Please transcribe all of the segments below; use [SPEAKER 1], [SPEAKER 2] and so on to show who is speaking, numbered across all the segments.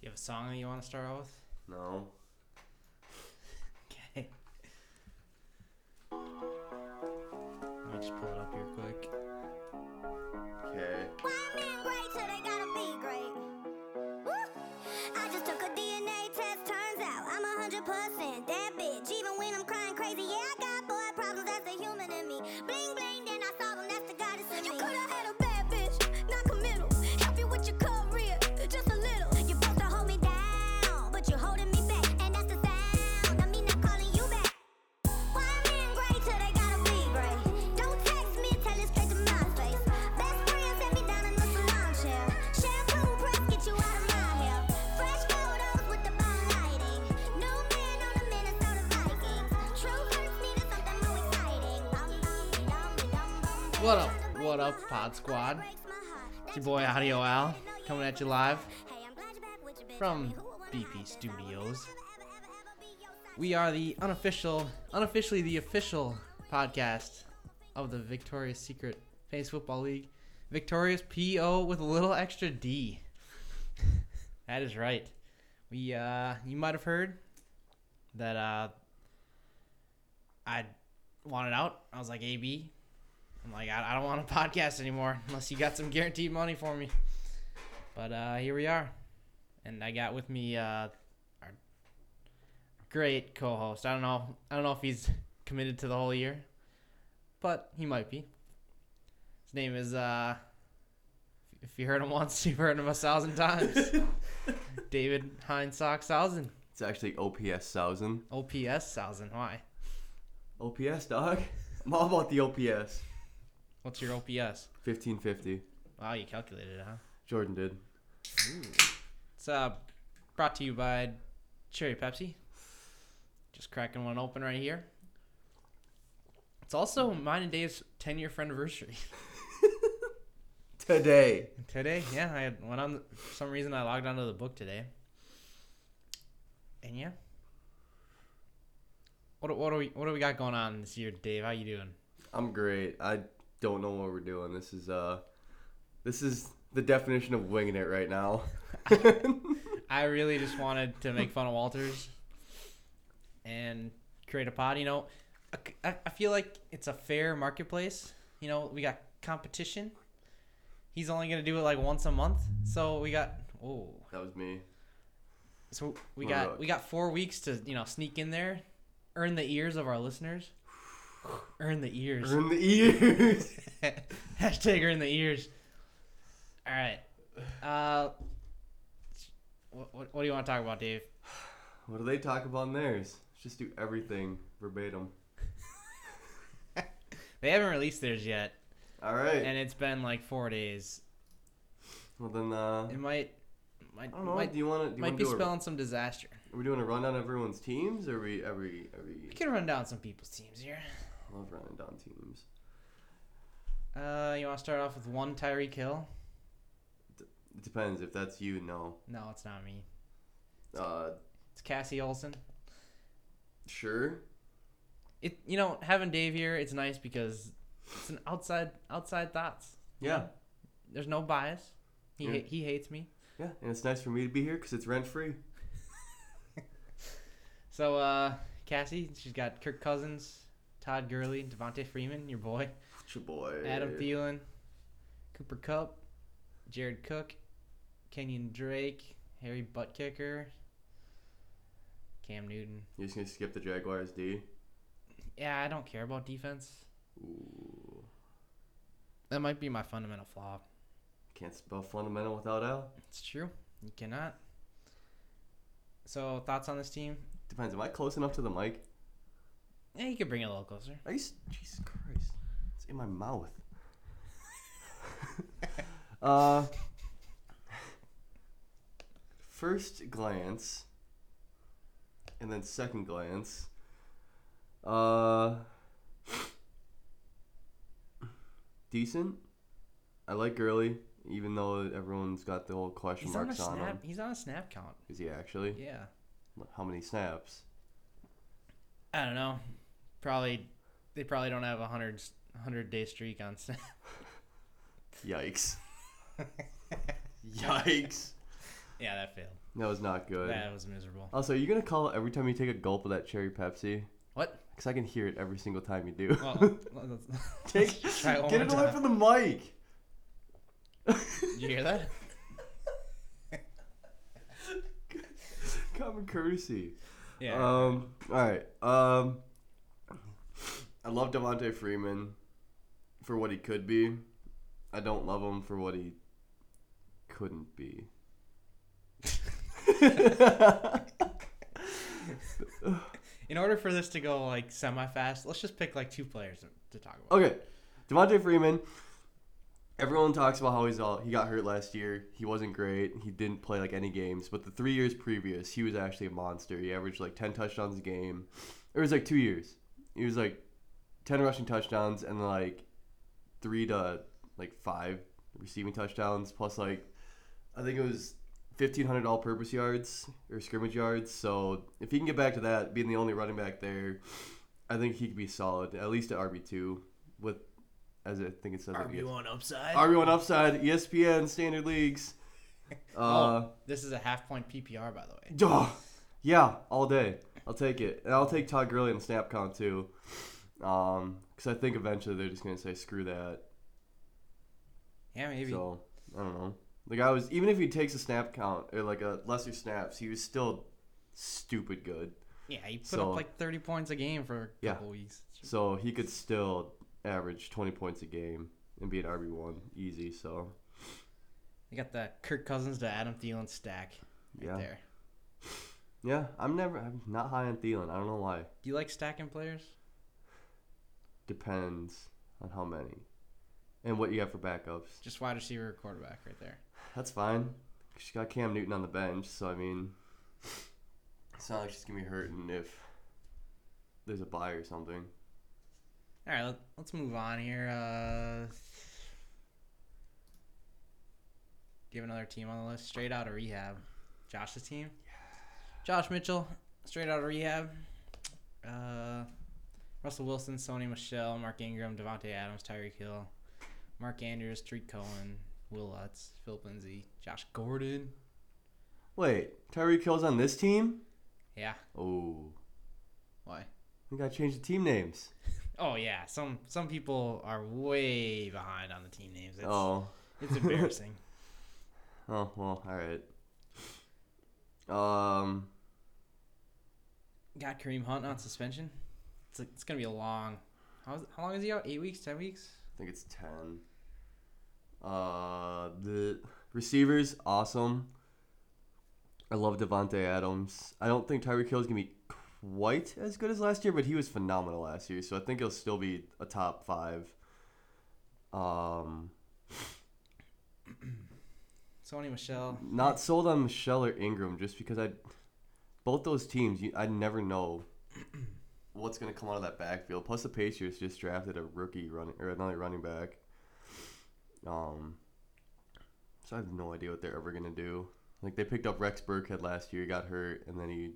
[SPEAKER 1] You have a song that you want to start out with?
[SPEAKER 2] No.
[SPEAKER 1] Okay. Let me just pull it up here quick.
[SPEAKER 2] Okay.
[SPEAKER 3] Why men great, so they gotta be great. Woo! I just took a DNA test, turns out I'm 100% that bitch. Even when I'm crying crazy, yeah, I got boy problems, that's the human in me. Bling, bling, then I solve 'em, that's the goddess in me. You could've had a bad bitch, not committal. Help you with your career, just a little. You're supposed to hold me down, but you're holding me back. And that's the sound of me not calling you back. Why men great till they gotta be great? Don't text me, tell it straight to my face. Best friend set me down in the salon chair. Shampoo press, get you out of my hair. Fresh photos with the bomb lighting. New man on the Minnesota Vikings. True hurts needed something more exciting.
[SPEAKER 1] What up? What up, Pod Squad? It's your boy Audio Al coming at you live. from BP Studios. We are the unofficial, unofficially the official podcast of the Victoria's Secret Face Football League. Victorious PO with a little extra D. that is right. We uh you might have heard that uh I wanted out. I was like AB. I'm like I, I don't want a podcast anymore unless you got some guaranteed money for me. But uh here we are. And I got with me uh our great co-host. I don't know. I don't know if he's committed to the whole year, but he might be. His name is uh if you heard him once, you've heard him a thousand times. David Heinsock Thousand.
[SPEAKER 2] It's actually OPS thousand.
[SPEAKER 1] OPS Thousand. Why?
[SPEAKER 2] OPS dog. I'm all about the OPS.
[SPEAKER 1] What's your OPS?
[SPEAKER 2] Fifteen fifty.
[SPEAKER 1] Wow, you calculated it, huh?
[SPEAKER 2] Jordan did.
[SPEAKER 1] It's uh brought to you by Cherry Pepsi. Just cracking one open right here. It's also mine and Dave's ten year friendiversary.
[SPEAKER 2] Today.
[SPEAKER 1] Today, yeah, I had- went on. For some reason, I logged onto the book today. And yeah, what do- what do we what do we got going on this year, Dave? How you doing?
[SPEAKER 2] I'm great. I don't know what we're doing. This is uh this is the definition of winging it right now.
[SPEAKER 1] I really just wanted to make fun of Walters and create a pod. You know, I, I feel like it's a fair marketplace. You know, we got competition. He's only gonna do it like once a month, so we got oh,
[SPEAKER 2] that was me.
[SPEAKER 1] so we
[SPEAKER 2] What
[SPEAKER 1] got
[SPEAKER 2] about-
[SPEAKER 1] we got four weeks to you know sneak in there, earn the ears of our listeners, earn the ears.
[SPEAKER 2] Earn the ears.
[SPEAKER 1] Hashtag her in the ears. All right. Uh, what, what, what do you want to talk about, Dave?
[SPEAKER 2] what do they talk about in theirs? Just do everything verbatim.
[SPEAKER 1] They haven't released theirs yet,
[SPEAKER 2] Alright.
[SPEAKER 1] and it's been like four days.
[SPEAKER 2] well then uh
[SPEAKER 1] It might, might,
[SPEAKER 2] I don't know.
[SPEAKER 1] might,
[SPEAKER 2] do you want to? Do you
[SPEAKER 1] might
[SPEAKER 2] want
[SPEAKER 1] be
[SPEAKER 2] to do a,
[SPEAKER 1] spelling some disaster.
[SPEAKER 2] Are we doing a rundown of everyone's teams, or are we every every?
[SPEAKER 1] We could run down some people's teams here.
[SPEAKER 2] I love running down teams.
[SPEAKER 1] Uh, you want to start off with one Tyree kill?
[SPEAKER 2] It depends if that's you. No.
[SPEAKER 1] No, it's not me.
[SPEAKER 2] Uh,
[SPEAKER 1] It's Cassie Olsen.
[SPEAKER 2] sure.
[SPEAKER 1] It, you know, having Dave here, it's nice because it's an outside, outside thoughts.
[SPEAKER 2] Yeah.
[SPEAKER 1] There's no bias. He,
[SPEAKER 2] Yeah.
[SPEAKER 1] ha- he hates me.
[SPEAKER 2] Yeah, and it's nice for me to be here because it's rent free.
[SPEAKER 1] So uh Cassie, she's got Kirk Cousins, Todd Gurley, Devontae Freeman, your boy,
[SPEAKER 2] Your boy.
[SPEAKER 1] Adam Thielen, Cooper Cup, Jared Cook, Kenyon Drake, Harry Butt Kicker, Cam Newton.
[SPEAKER 2] You're just gonna skip the Jaguars D.
[SPEAKER 1] Yeah, I don't care about defense.
[SPEAKER 2] Ooh.
[SPEAKER 1] That might be my fundamental flaw.
[SPEAKER 2] Can't spell fundamental without L.
[SPEAKER 1] It's true. You cannot. So thoughts on this team?
[SPEAKER 2] Depends. Am I close enough to the mic?
[SPEAKER 1] Yeah, you could bring it a little closer.
[SPEAKER 2] I used. Jesus Christ. It's in my mouth. uh. First glance, and then second glance. Uh. Decent. I like Gurley, even though everyone's got the whole question
[SPEAKER 1] He's on a
[SPEAKER 2] marks on, him.
[SPEAKER 1] snap. He's on a snap count.
[SPEAKER 2] Is he actually?
[SPEAKER 1] Yeah.
[SPEAKER 2] How many snaps?
[SPEAKER 1] I don't know. Probably they probably don't have a hundred hundred day streak on snap.
[SPEAKER 2] Yikes. Yikes.
[SPEAKER 1] Yeah, that failed.
[SPEAKER 2] That was not good.
[SPEAKER 1] That was miserable.
[SPEAKER 2] Also, are you gonna call it every time you take a gulp of that cherry Pepsi?
[SPEAKER 1] What?
[SPEAKER 2] Cause I can hear it every single time you do.
[SPEAKER 1] Well, let's-
[SPEAKER 2] Take,
[SPEAKER 1] let's try it one
[SPEAKER 2] get it
[SPEAKER 1] more
[SPEAKER 2] away
[SPEAKER 1] time.
[SPEAKER 2] from the mic.
[SPEAKER 1] Did you hear that?
[SPEAKER 2] Common courtesy.
[SPEAKER 1] Yeah.
[SPEAKER 2] Um. All right. Um. I love Devonte Freeman for what he could be. I don't love him for what he couldn't be.
[SPEAKER 1] In order for this to go like semi-fast, let's just pick like two players to talk about.
[SPEAKER 2] Okay, Devontae Freeman. Everyone talks about how he's all he got hurt last year. He wasn't great. He didn't play like any games. But the three years previous, he was actually a monster. He averaged like ten touchdowns a game. It was like two years. He was like ten rushing touchdowns and like three to like five receiving touchdowns plus like I think it was fifteen hundred all-purpose yards or scrimmage yards. So if he can get back to that, being the only running back there, I think he could be solid at least at RB two with as I think it says on ES-
[SPEAKER 1] RB1 upside.
[SPEAKER 2] RB one upside E ESPN standard leagues. Uh,
[SPEAKER 1] oh, this is a half point PPR, by the way.
[SPEAKER 2] duh. yeah, all day. I'll take it, and I'll take Todd Gurley and snap count too, because I think eventually they're just gonna say screw that.
[SPEAKER 1] Yeah, maybe.
[SPEAKER 2] So I don't know. The guy was even if he takes a snap count or like a lesser snaps, he was still stupid good.
[SPEAKER 1] yeah, he put
[SPEAKER 2] so-
[SPEAKER 1] up like 30 points a game for a
[SPEAKER 2] Yeah.
[SPEAKER 1] couple weeks.
[SPEAKER 2] So he could still average twenty points a game and be an RB one easy. So
[SPEAKER 1] They got the Kirk Cousins to Adam Thielen stack right
[SPEAKER 2] Yeah.
[SPEAKER 1] there.
[SPEAKER 2] yeah, I'm never I'm not high on Thielen. I don't know why.
[SPEAKER 1] Do you like stacking players?
[SPEAKER 2] Depends on how many and what you have for backups.
[SPEAKER 1] Just wide receiver, quarterback, right there.
[SPEAKER 2] That's fine. She's got Cam Newton on the bench, so I mean, it's not like she's gonna be hurting if there's a buy or something.
[SPEAKER 1] All right, let, let's move on here. Uh, do you have another team on the list? Straight out of rehab. Josh's team? Josh Mitchell, straight out of rehab. Uh, Russell Wilson, Sony Michelle, Mark Ingram, Devontae Adams, Tyreek Hill, Mark Andrews, Tariq Cohen, Will Lutz, Phil Lindsay, Josh Gordon.
[SPEAKER 2] Wait, Tyreek Hill's on this team?
[SPEAKER 1] Yeah,
[SPEAKER 2] Oh,
[SPEAKER 1] why?
[SPEAKER 2] we gotta change the team names.
[SPEAKER 1] Oh yeah, some some people are way behind on the team names. It's,
[SPEAKER 2] Oh,
[SPEAKER 1] it's embarrassing.
[SPEAKER 2] oh well, all right. Um,
[SPEAKER 1] Got Kareem Hunt on suspension. It's like, it's gonna be a long. How, is, how long is he out? Eight weeks? Ten weeks?
[SPEAKER 2] I think it's ten. Uh, the receivers awesome. I love Devonte Adams. I don't think Tyreek Hill is gonna be quite as good as last year, but he was phenomenal last year, so I think he'll still be a top five. Um,
[SPEAKER 1] Sony Michelle.
[SPEAKER 2] not sold on Michelle or Ingram just because I both those teams you, I never know what's going to come out of that backfield. Plus the Patriots just drafted a rookie running or another running back. Um so I have no idea what they're ever going to do. Like they picked up Rex Burkhead last year, he got hurt and then he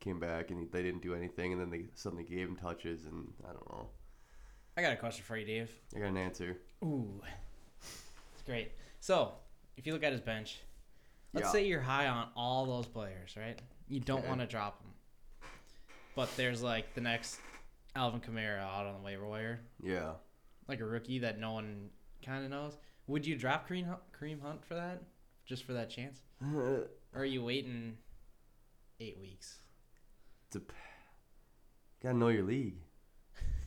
[SPEAKER 2] came back and they didn't do anything and then they suddenly gave him touches and I don't know.
[SPEAKER 1] I got a question for you, Dave.
[SPEAKER 2] I got an answer.
[SPEAKER 1] Ooh, it's great. So if you look at his bench, let's
[SPEAKER 2] Yeah.
[SPEAKER 1] say you're high on all those players, right? You don't
[SPEAKER 2] Okay.
[SPEAKER 1] want to drop them, but there's like the next Alvin Kamara out on the waiver wire,
[SPEAKER 2] Yeah.
[SPEAKER 1] like a rookie that no one kind of knows. Would you drop Kareem Hunt, Kareem Hunt for that, just for that chance, or are you waiting eight weeks?
[SPEAKER 2] Dep- gotta know your league.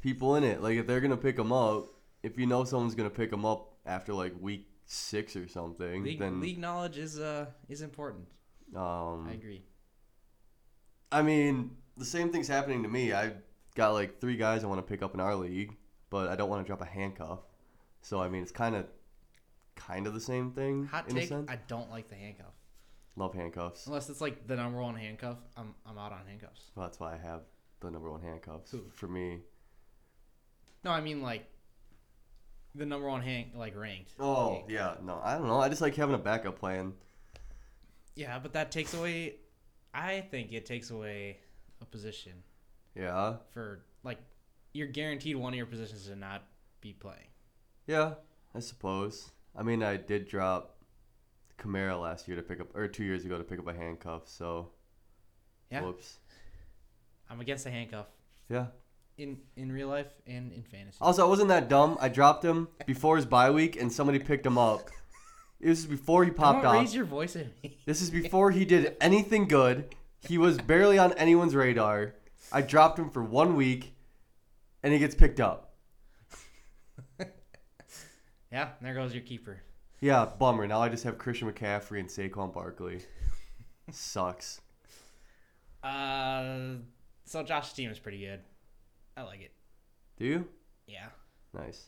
[SPEAKER 2] People in it. Like if they're gonna pick them up, if you know someone's gonna pick them up after like week six or something,
[SPEAKER 1] League,
[SPEAKER 2] Um, then
[SPEAKER 1] league knowledge is uh is important.
[SPEAKER 2] um,
[SPEAKER 1] I agree.
[SPEAKER 2] I mean, the same thing's happening to me. I got like three guys I want to pick up in our league, but I don't want to drop a handcuff. So I mean, it's kind of, kind of the same thing
[SPEAKER 1] Hot
[SPEAKER 2] in a
[SPEAKER 1] take:
[SPEAKER 2] sense.
[SPEAKER 1] I don't like the handcuff
[SPEAKER 2] Love handcuffs.
[SPEAKER 1] unless it's like the number one handcuff. I'm I'm out on handcuffs.
[SPEAKER 2] Well, that's why I have the number one handcuffs
[SPEAKER 1] Who?
[SPEAKER 2] for me.
[SPEAKER 1] No, I mean like the number one hand like ranked.
[SPEAKER 2] Oh
[SPEAKER 1] Like,
[SPEAKER 2] yeah, no, I don't know. I just like having a backup plan.
[SPEAKER 1] yeah, but that takes away. I think it takes away a position
[SPEAKER 2] Yeah,
[SPEAKER 1] for like you're guaranteed one of your positions to not be playing.
[SPEAKER 2] Yeah, I suppose. I mean, I did drop Kamara last year to pick up, or two years ago to pick up a handcuff. So,
[SPEAKER 1] Yeah,
[SPEAKER 2] whoops.
[SPEAKER 1] I'm against the handcuff
[SPEAKER 2] Yeah.
[SPEAKER 1] in in real life and in fantasy.
[SPEAKER 2] Also, I wasn't that dumb. I dropped him before his bye week, and somebody picked him up. This is before he
[SPEAKER 1] Don't
[SPEAKER 2] popped
[SPEAKER 1] raise
[SPEAKER 2] off.
[SPEAKER 1] your voice at me.
[SPEAKER 2] This is before he did anything good. He was barely on anyone's radar. I dropped him for one week, and he gets picked up.
[SPEAKER 1] Yeah, there goes your keeper.
[SPEAKER 2] Yeah, bummer. Now I just have Christian McCaffrey and Saquon Barkley. Sucks.
[SPEAKER 1] Uh, so Josh's team is pretty good. I like it.
[SPEAKER 2] Do you?
[SPEAKER 1] Yeah.
[SPEAKER 2] Nice.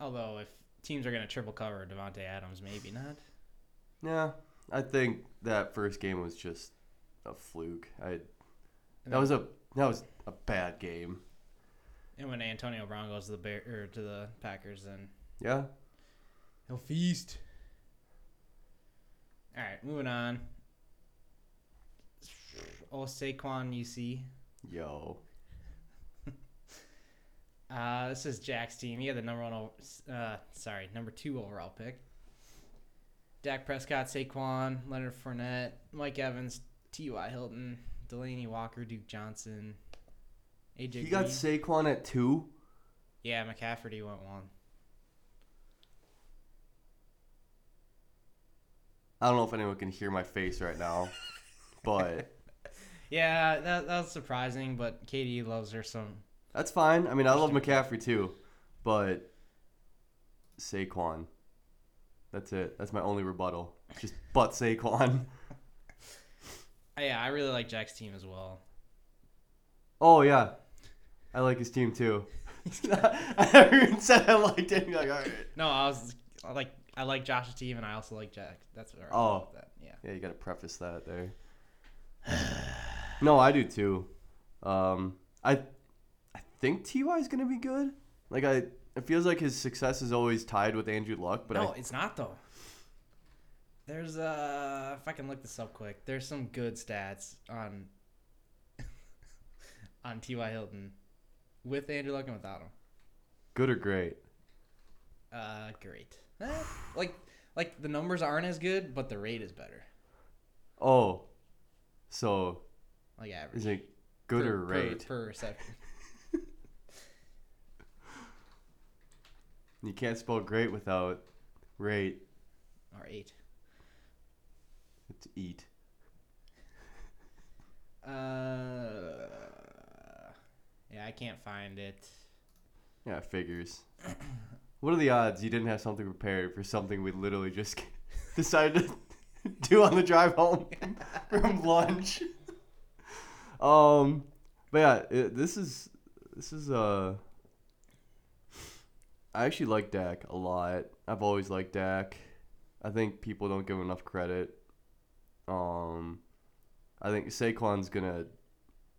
[SPEAKER 1] Although if teams are gonna triple cover Devonte Adams, maybe not.
[SPEAKER 2] Yeah, I think that first game was just a fluke. I
[SPEAKER 1] And
[SPEAKER 2] that was a that was a bad game.
[SPEAKER 1] And when Antonio Brown goes to the Bear or to the Packers, then
[SPEAKER 2] Yeah.
[SPEAKER 1] he'll feast. All right, moving on. Oh, Saquon UC.
[SPEAKER 2] Yo.
[SPEAKER 1] Uh, this is Jack's team. He had the number one, o- uh, sorry, number two overall pick. Dak Prescott, Saquon, Leonard Fournette, Mike Evans, T.Y. Hilton, Delaney Walker, Duke Johnson, AJ.
[SPEAKER 2] He got
[SPEAKER 1] Green.
[SPEAKER 2] Saquon at two.
[SPEAKER 1] Yeah, McCafferty went one.
[SPEAKER 2] I don't know if anyone can hear my face right now, but
[SPEAKER 1] Yeah, that, that was surprising, but Katie loves her some
[SPEAKER 2] that's fine. I mean, I love McCaffrey too, but Saquon. That's it. That's my only rebuttal. Just but Saquon.
[SPEAKER 1] Uh, Yeah, I really like Jack's team as well.
[SPEAKER 2] Oh yeah, I like his team too. I never even said I liked him. You're like, all right.
[SPEAKER 1] No, I was I like I like Josh's team and I also like Jack. That's where I
[SPEAKER 2] Oh.
[SPEAKER 1] was with that. yeah.
[SPEAKER 2] Yeah, you gotta preface that there. no, I do too. Um, I, I think Ty is gonna be good. Like I, it feels like his success is always tied with Andrew Luck, but
[SPEAKER 1] no,
[SPEAKER 2] I,
[SPEAKER 1] it's not though. There's uh if I can look this up quick, there's some good stats on on T. Y. Hilton with Andrew Luck and without him.
[SPEAKER 2] good or great.
[SPEAKER 1] Uh great. Eh, like like the numbers aren't as good, but the rate is better.
[SPEAKER 2] Oh, so
[SPEAKER 1] Like average.
[SPEAKER 2] is it good
[SPEAKER 1] per-
[SPEAKER 2] or
[SPEAKER 1] per-
[SPEAKER 2] rate?
[SPEAKER 1] per reception.
[SPEAKER 2] You can't spell great without rate.
[SPEAKER 1] or eight.
[SPEAKER 2] It's eat.
[SPEAKER 1] Uh, yeah, I can't find it.
[SPEAKER 2] Yeah, figures. what are the odds you didn't have something prepared for something we literally just decided to do on the drive home from lunch? um, but yeah, it, this is this is uh. I actually like Dak a lot. I've always liked Dak. I think people don't give him enough credit. Um, I think Saquon's gonna,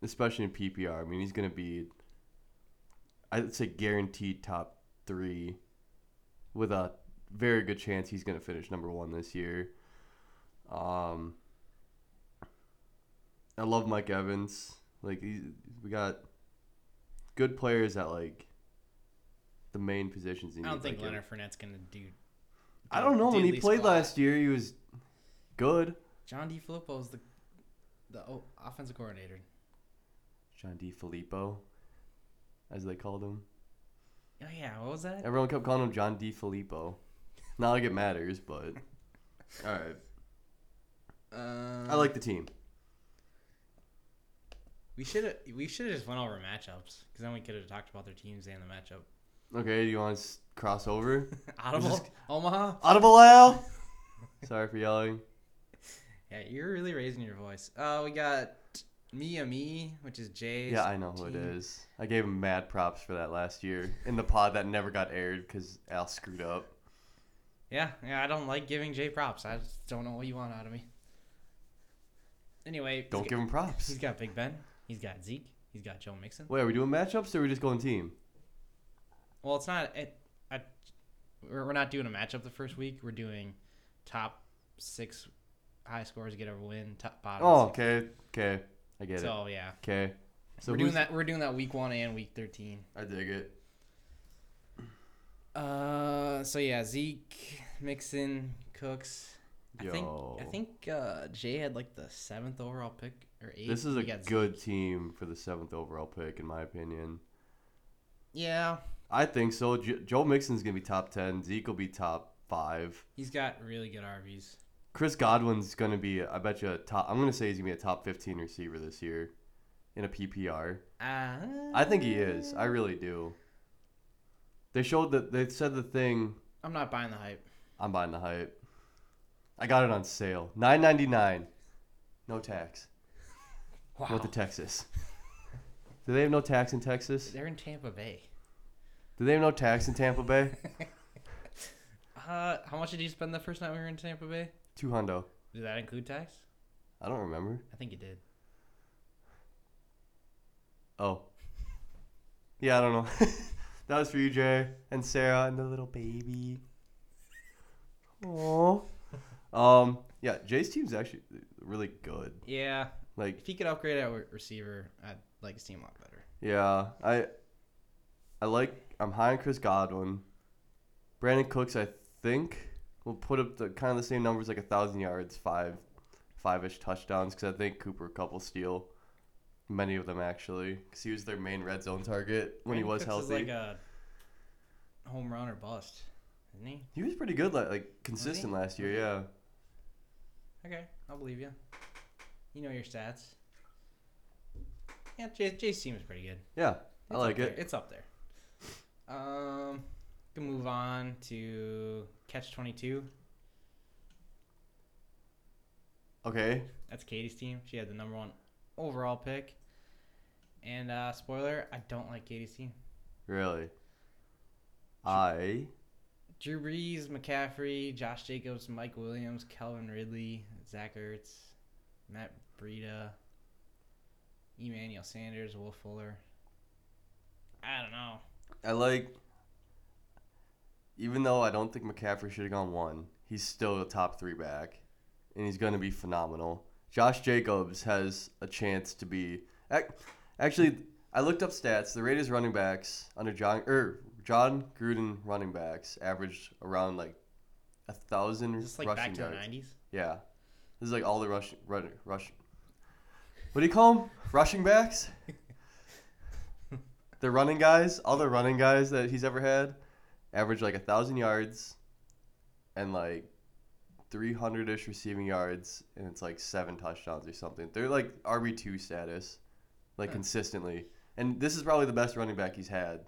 [SPEAKER 2] especially in PPR. I mean, he's gonna be I'd say guaranteed top three, with a very good chance he's going to finish number one this year. Um, I love Mike Evans. Like he, we got good players at like the main positions.
[SPEAKER 1] I
[SPEAKER 2] you
[SPEAKER 1] don't
[SPEAKER 2] need,
[SPEAKER 1] think
[SPEAKER 2] like,
[SPEAKER 1] Leonard Fournette's gonna do.
[SPEAKER 2] I don't know when he played last year. He was good.
[SPEAKER 1] John D. Filippo's the the o- offensive coordinator.
[SPEAKER 2] John D. Filippo, as they called him.
[SPEAKER 1] Oh yeah, what was that?
[SPEAKER 2] Everyone kept calling him John D. Filippo. Not like it matters, but all right.
[SPEAKER 1] Um,
[SPEAKER 2] I like the team.
[SPEAKER 1] We should we should have just went over matchups because then we could have talked about their teams and the matchup.
[SPEAKER 2] Okay, do you want to s- cross over?
[SPEAKER 1] Audible, Omaha.
[SPEAKER 2] Audible Al! Sorry for yelling.
[SPEAKER 1] Yeah, you're really raising your voice. Uh, we got Mia Me, which is Jay's.
[SPEAKER 2] Yeah, I know who it
[SPEAKER 1] team.
[SPEAKER 2] is. I gave him mad props for that last year in the pod that never got aired because Al screwed up.
[SPEAKER 1] Yeah, yeah, I don't like giving Jay props. I just don't know what you want out of me. Anyway, he's
[SPEAKER 2] Don't
[SPEAKER 1] got-
[SPEAKER 2] give him props.
[SPEAKER 1] He's got Big Ben. He's got Zeke. He's got Joe Mixon.
[SPEAKER 2] Wait, are we doing matchups or are we just going team?
[SPEAKER 1] Well, it's not. It, I, we're we're not doing a matchup the first week. We're doing top six high scores get a win. Top bottom.
[SPEAKER 2] Oh, okay. Okay. I get
[SPEAKER 1] six.
[SPEAKER 2] it.
[SPEAKER 1] so yeah,
[SPEAKER 2] Okay. So
[SPEAKER 1] we're doing
[SPEAKER 2] who's-
[SPEAKER 1] that. We're doing that week one and week thirteen.
[SPEAKER 2] I dig it.
[SPEAKER 1] Uh, so yeah, Zeke, Mixon, Cooks. I think I
[SPEAKER 2] Yo.
[SPEAKER 1] think uh, Jay had like the seventh overall pick or eighth.
[SPEAKER 2] This is a
[SPEAKER 1] He got-
[SPEAKER 2] good team for the seventh overall pick, in my opinion.
[SPEAKER 1] Yeah,
[SPEAKER 2] I think so. Jo Joe Mixon's gonna be top ten. Zeke will be top five.
[SPEAKER 1] he's got really good RVs.
[SPEAKER 2] Chris Godwin's gonna be, I bet you, a top. I'm gonna say he's gonna be a top 15 receiver this year, in a PPR.
[SPEAKER 1] Uh,
[SPEAKER 2] I think he is. I really do. They showed that they said the thing.
[SPEAKER 1] I'm not buying the hype.
[SPEAKER 2] I'm buying the hype. I got it on sale. 9.99, no tax.
[SPEAKER 1] Wow,
[SPEAKER 2] Went to Texas. Do they have no tax in Texas?
[SPEAKER 1] they're in Tampa Bay.
[SPEAKER 2] Do they have no tax in Tampa Bay?
[SPEAKER 1] Uh, how much did you spend the first night we were in Tampa Bay?
[SPEAKER 2] Two hundo.
[SPEAKER 1] Did that include tax?
[SPEAKER 2] I don't remember.
[SPEAKER 1] I think it did.
[SPEAKER 2] Oh. Yeah, I don't know. that was for you, Jay and Sarah and the little baby. Oh. Um. Yeah, Jay's team's actually really good.
[SPEAKER 1] Yeah,
[SPEAKER 2] Like,
[SPEAKER 1] if he could upgrade at re- receiver, I'd like to see him a lot better.
[SPEAKER 2] yeah, I. I like. I'm high on Chris Godwin. Brandon Cooks, I think, will put up the kind of the same numbers, like a thousand yards, five, five-ish touchdowns, because I think Cooper a couple steal, many of them actually, because he was their main red zone target when he
[SPEAKER 1] Brandon
[SPEAKER 2] was
[SPEAKER 1] Cooks
[SPEAKER 2] healthy.
[SPEAKER 1] is like a home run or bust, isn't he?
[SPEAKER 2] He was pretty good, like, like consistent last year. Yeah,
[SPEAKER 1] Okay, I'll believe you. You know your stats. Yeah, Jay, Jay seems pretty good.
[SPEAKER 2] yeah,
[SPEAKER 1] It's
[SPEAKER 2] I like
[SPEAKER 1] up
[SPEAKER 2] it.
[SPEAKER 1] There. It's up there. Um, can move on to catch twenty two.
[SPEAKER 2] Okay,
[SPEAKER 1] That's Katie's team. She had the number one overall pick. And uh, spoiler, I don't like Katie's team.
[SPEAKER 2] really. I
[SPEAKER 1] Drew Brees, McCaffrey, Josh Jacobs, Mike Williams, Calvin Ridley, Zach Ertz, Matt Breida, Emmanuel Sanders, Will Fuller. I don't know.
[SPEAKER 2] I like. Even though I don't think McCaffrey should have gone one, he's still a top three back, and he's going to be phenomenal. Josh Jacobs has a chance to be. ac- Actually, I looked up stats. The Raiders running backs under John er, John Gruden running backs averaged around like a thousand
[SPEAKER 1] Is this like
[SPEAKER 2] rushing
[SPEAKER 1] back to the
[SPEAKER 2] yards.
[SPEAKER 1] nineties?
[SPEAKER 2] Yeah. This is like all the rush, run, rush. What do you call them? Rushing backs? the running guys, all the running guys that he's ever had, average like a thousand yards, and like three hundred ish receiving yards, and it's like seven touchdowns or something. They're like RB two status, like
[SPEAKER 1] Huh.
[SPEAKER 2] consistently. And this is probably the best running back he's had.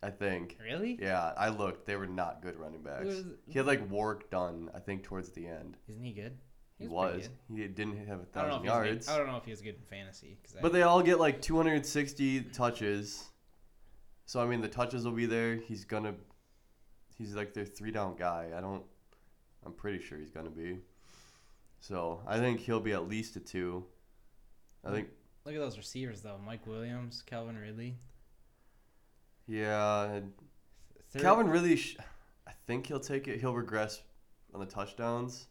[SPEAKER 2] I think.
[SPEAKER 1] Really?
[SPEAKER 2] Yeah, I looked. They were not good running backs.
[SPEAKER 1] was-
[SPEAKER 2] He had like Warwick Dunn, I think, towards the end.
[SPEAKER 1] Isn't he good?
[SPEAKER 2] He
[SPEAKER 1] pretty
[SPEAKER 2] was.
[SPEAKER 1] good.
[SPEAKER 2] He didn't have a
[SPEAKER 1] I don't know
[SPEAKER 2] thousand
[SPEAKER 1] if yards. He's
[SPEAKER 2] yards.
[SPEAKER 1] good. I don't know if he was good in fantasy. 'cause I-
[SPEAKER 2] But they all get like 260 touches. So I mean, the touches will be there. He's gonna. He's like their three down guy. I don't. I'm pretty sure he's gonna be. So I think he'll be at least a two.
[SPEAKER 1] Hmm.
[SPEAKER 2] I think.
[SPEAKER 1] look at those receivers though: Mike Williams, Calvin Ridley.
[SPEAKER 2] Yeah.
[SPEAKER 1] Third-
[SPEAKER 2] Calvin really. Sh- I think he'll take it. He'll regress on the touchdowns.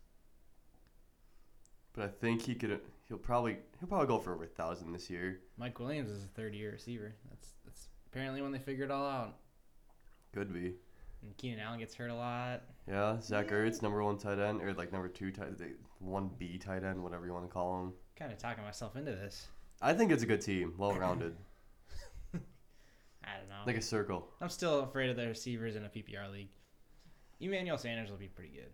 [SPEAKER 2] But I think he could. He'll probably. He'll probably go for over a thousand this year.
[SPEAKER 1] Mike Williams is a third-year receiver. That's that's apparently when they figure it all out.
[SPEAKER 2] Could be.
[SPEAKER 1] And Keenan Allen gets hurt a lot.
[SPEAKER 2] Yeah, Zach Ertz, number one tight end, or like number two tight, they- one B tight end, whatever you want to call him.
[SPEAKER 1] Kind of talking myself into this.
[SPEAKER 2] I think it's a good team, well rounded,
[SPEAKER 1] I don't know.
[SPEAKER 2] like a circle.
[SPEAKER 1] I'm still afraid of the receivers in a PPR league. Emmanuel Sanders will be pretty good.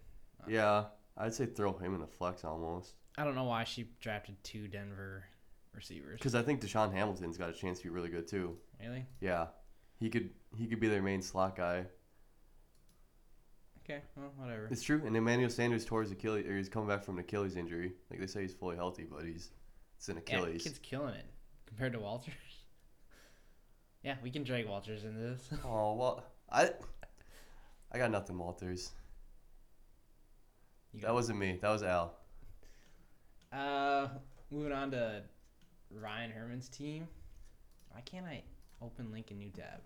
[SPEAKER 2] Yeah, I'd say throw him in a flex almost,
[SPEAKER 1] I don't know why she drafted two Denver receivers.
[SPEAKER 2] because I think Deshaun Hamilton's got a chance to be really good too.
[SPEAKER 1] Really?
[SPEAKER 2] Yeah, he could he could be their main slot guy.
[SPEAKER 1] Okay. Well, whatever.
[SPEAKER 2] It's true. And Emmanuel Sanders tore his Achilles, or he's coming back from an Achilles injury. Like they say, he's fully healthy, but he's it's an
[SPEAKER 1] Yeah,
[SPEAKER 2] Achilles.
[SPEAKER 1] kid's killing it compared to Walters. yeah, we can drag Walters into this.
[SPEAKER 2] oh well, I I got nothing, Walters.
[SPEAKER 1] You
[SPEAKER 2] That wasn't me. That was Al.
[SPEAKER 1] Uh, moving on to Ryan Herman's team. Why can't I open link a new tab?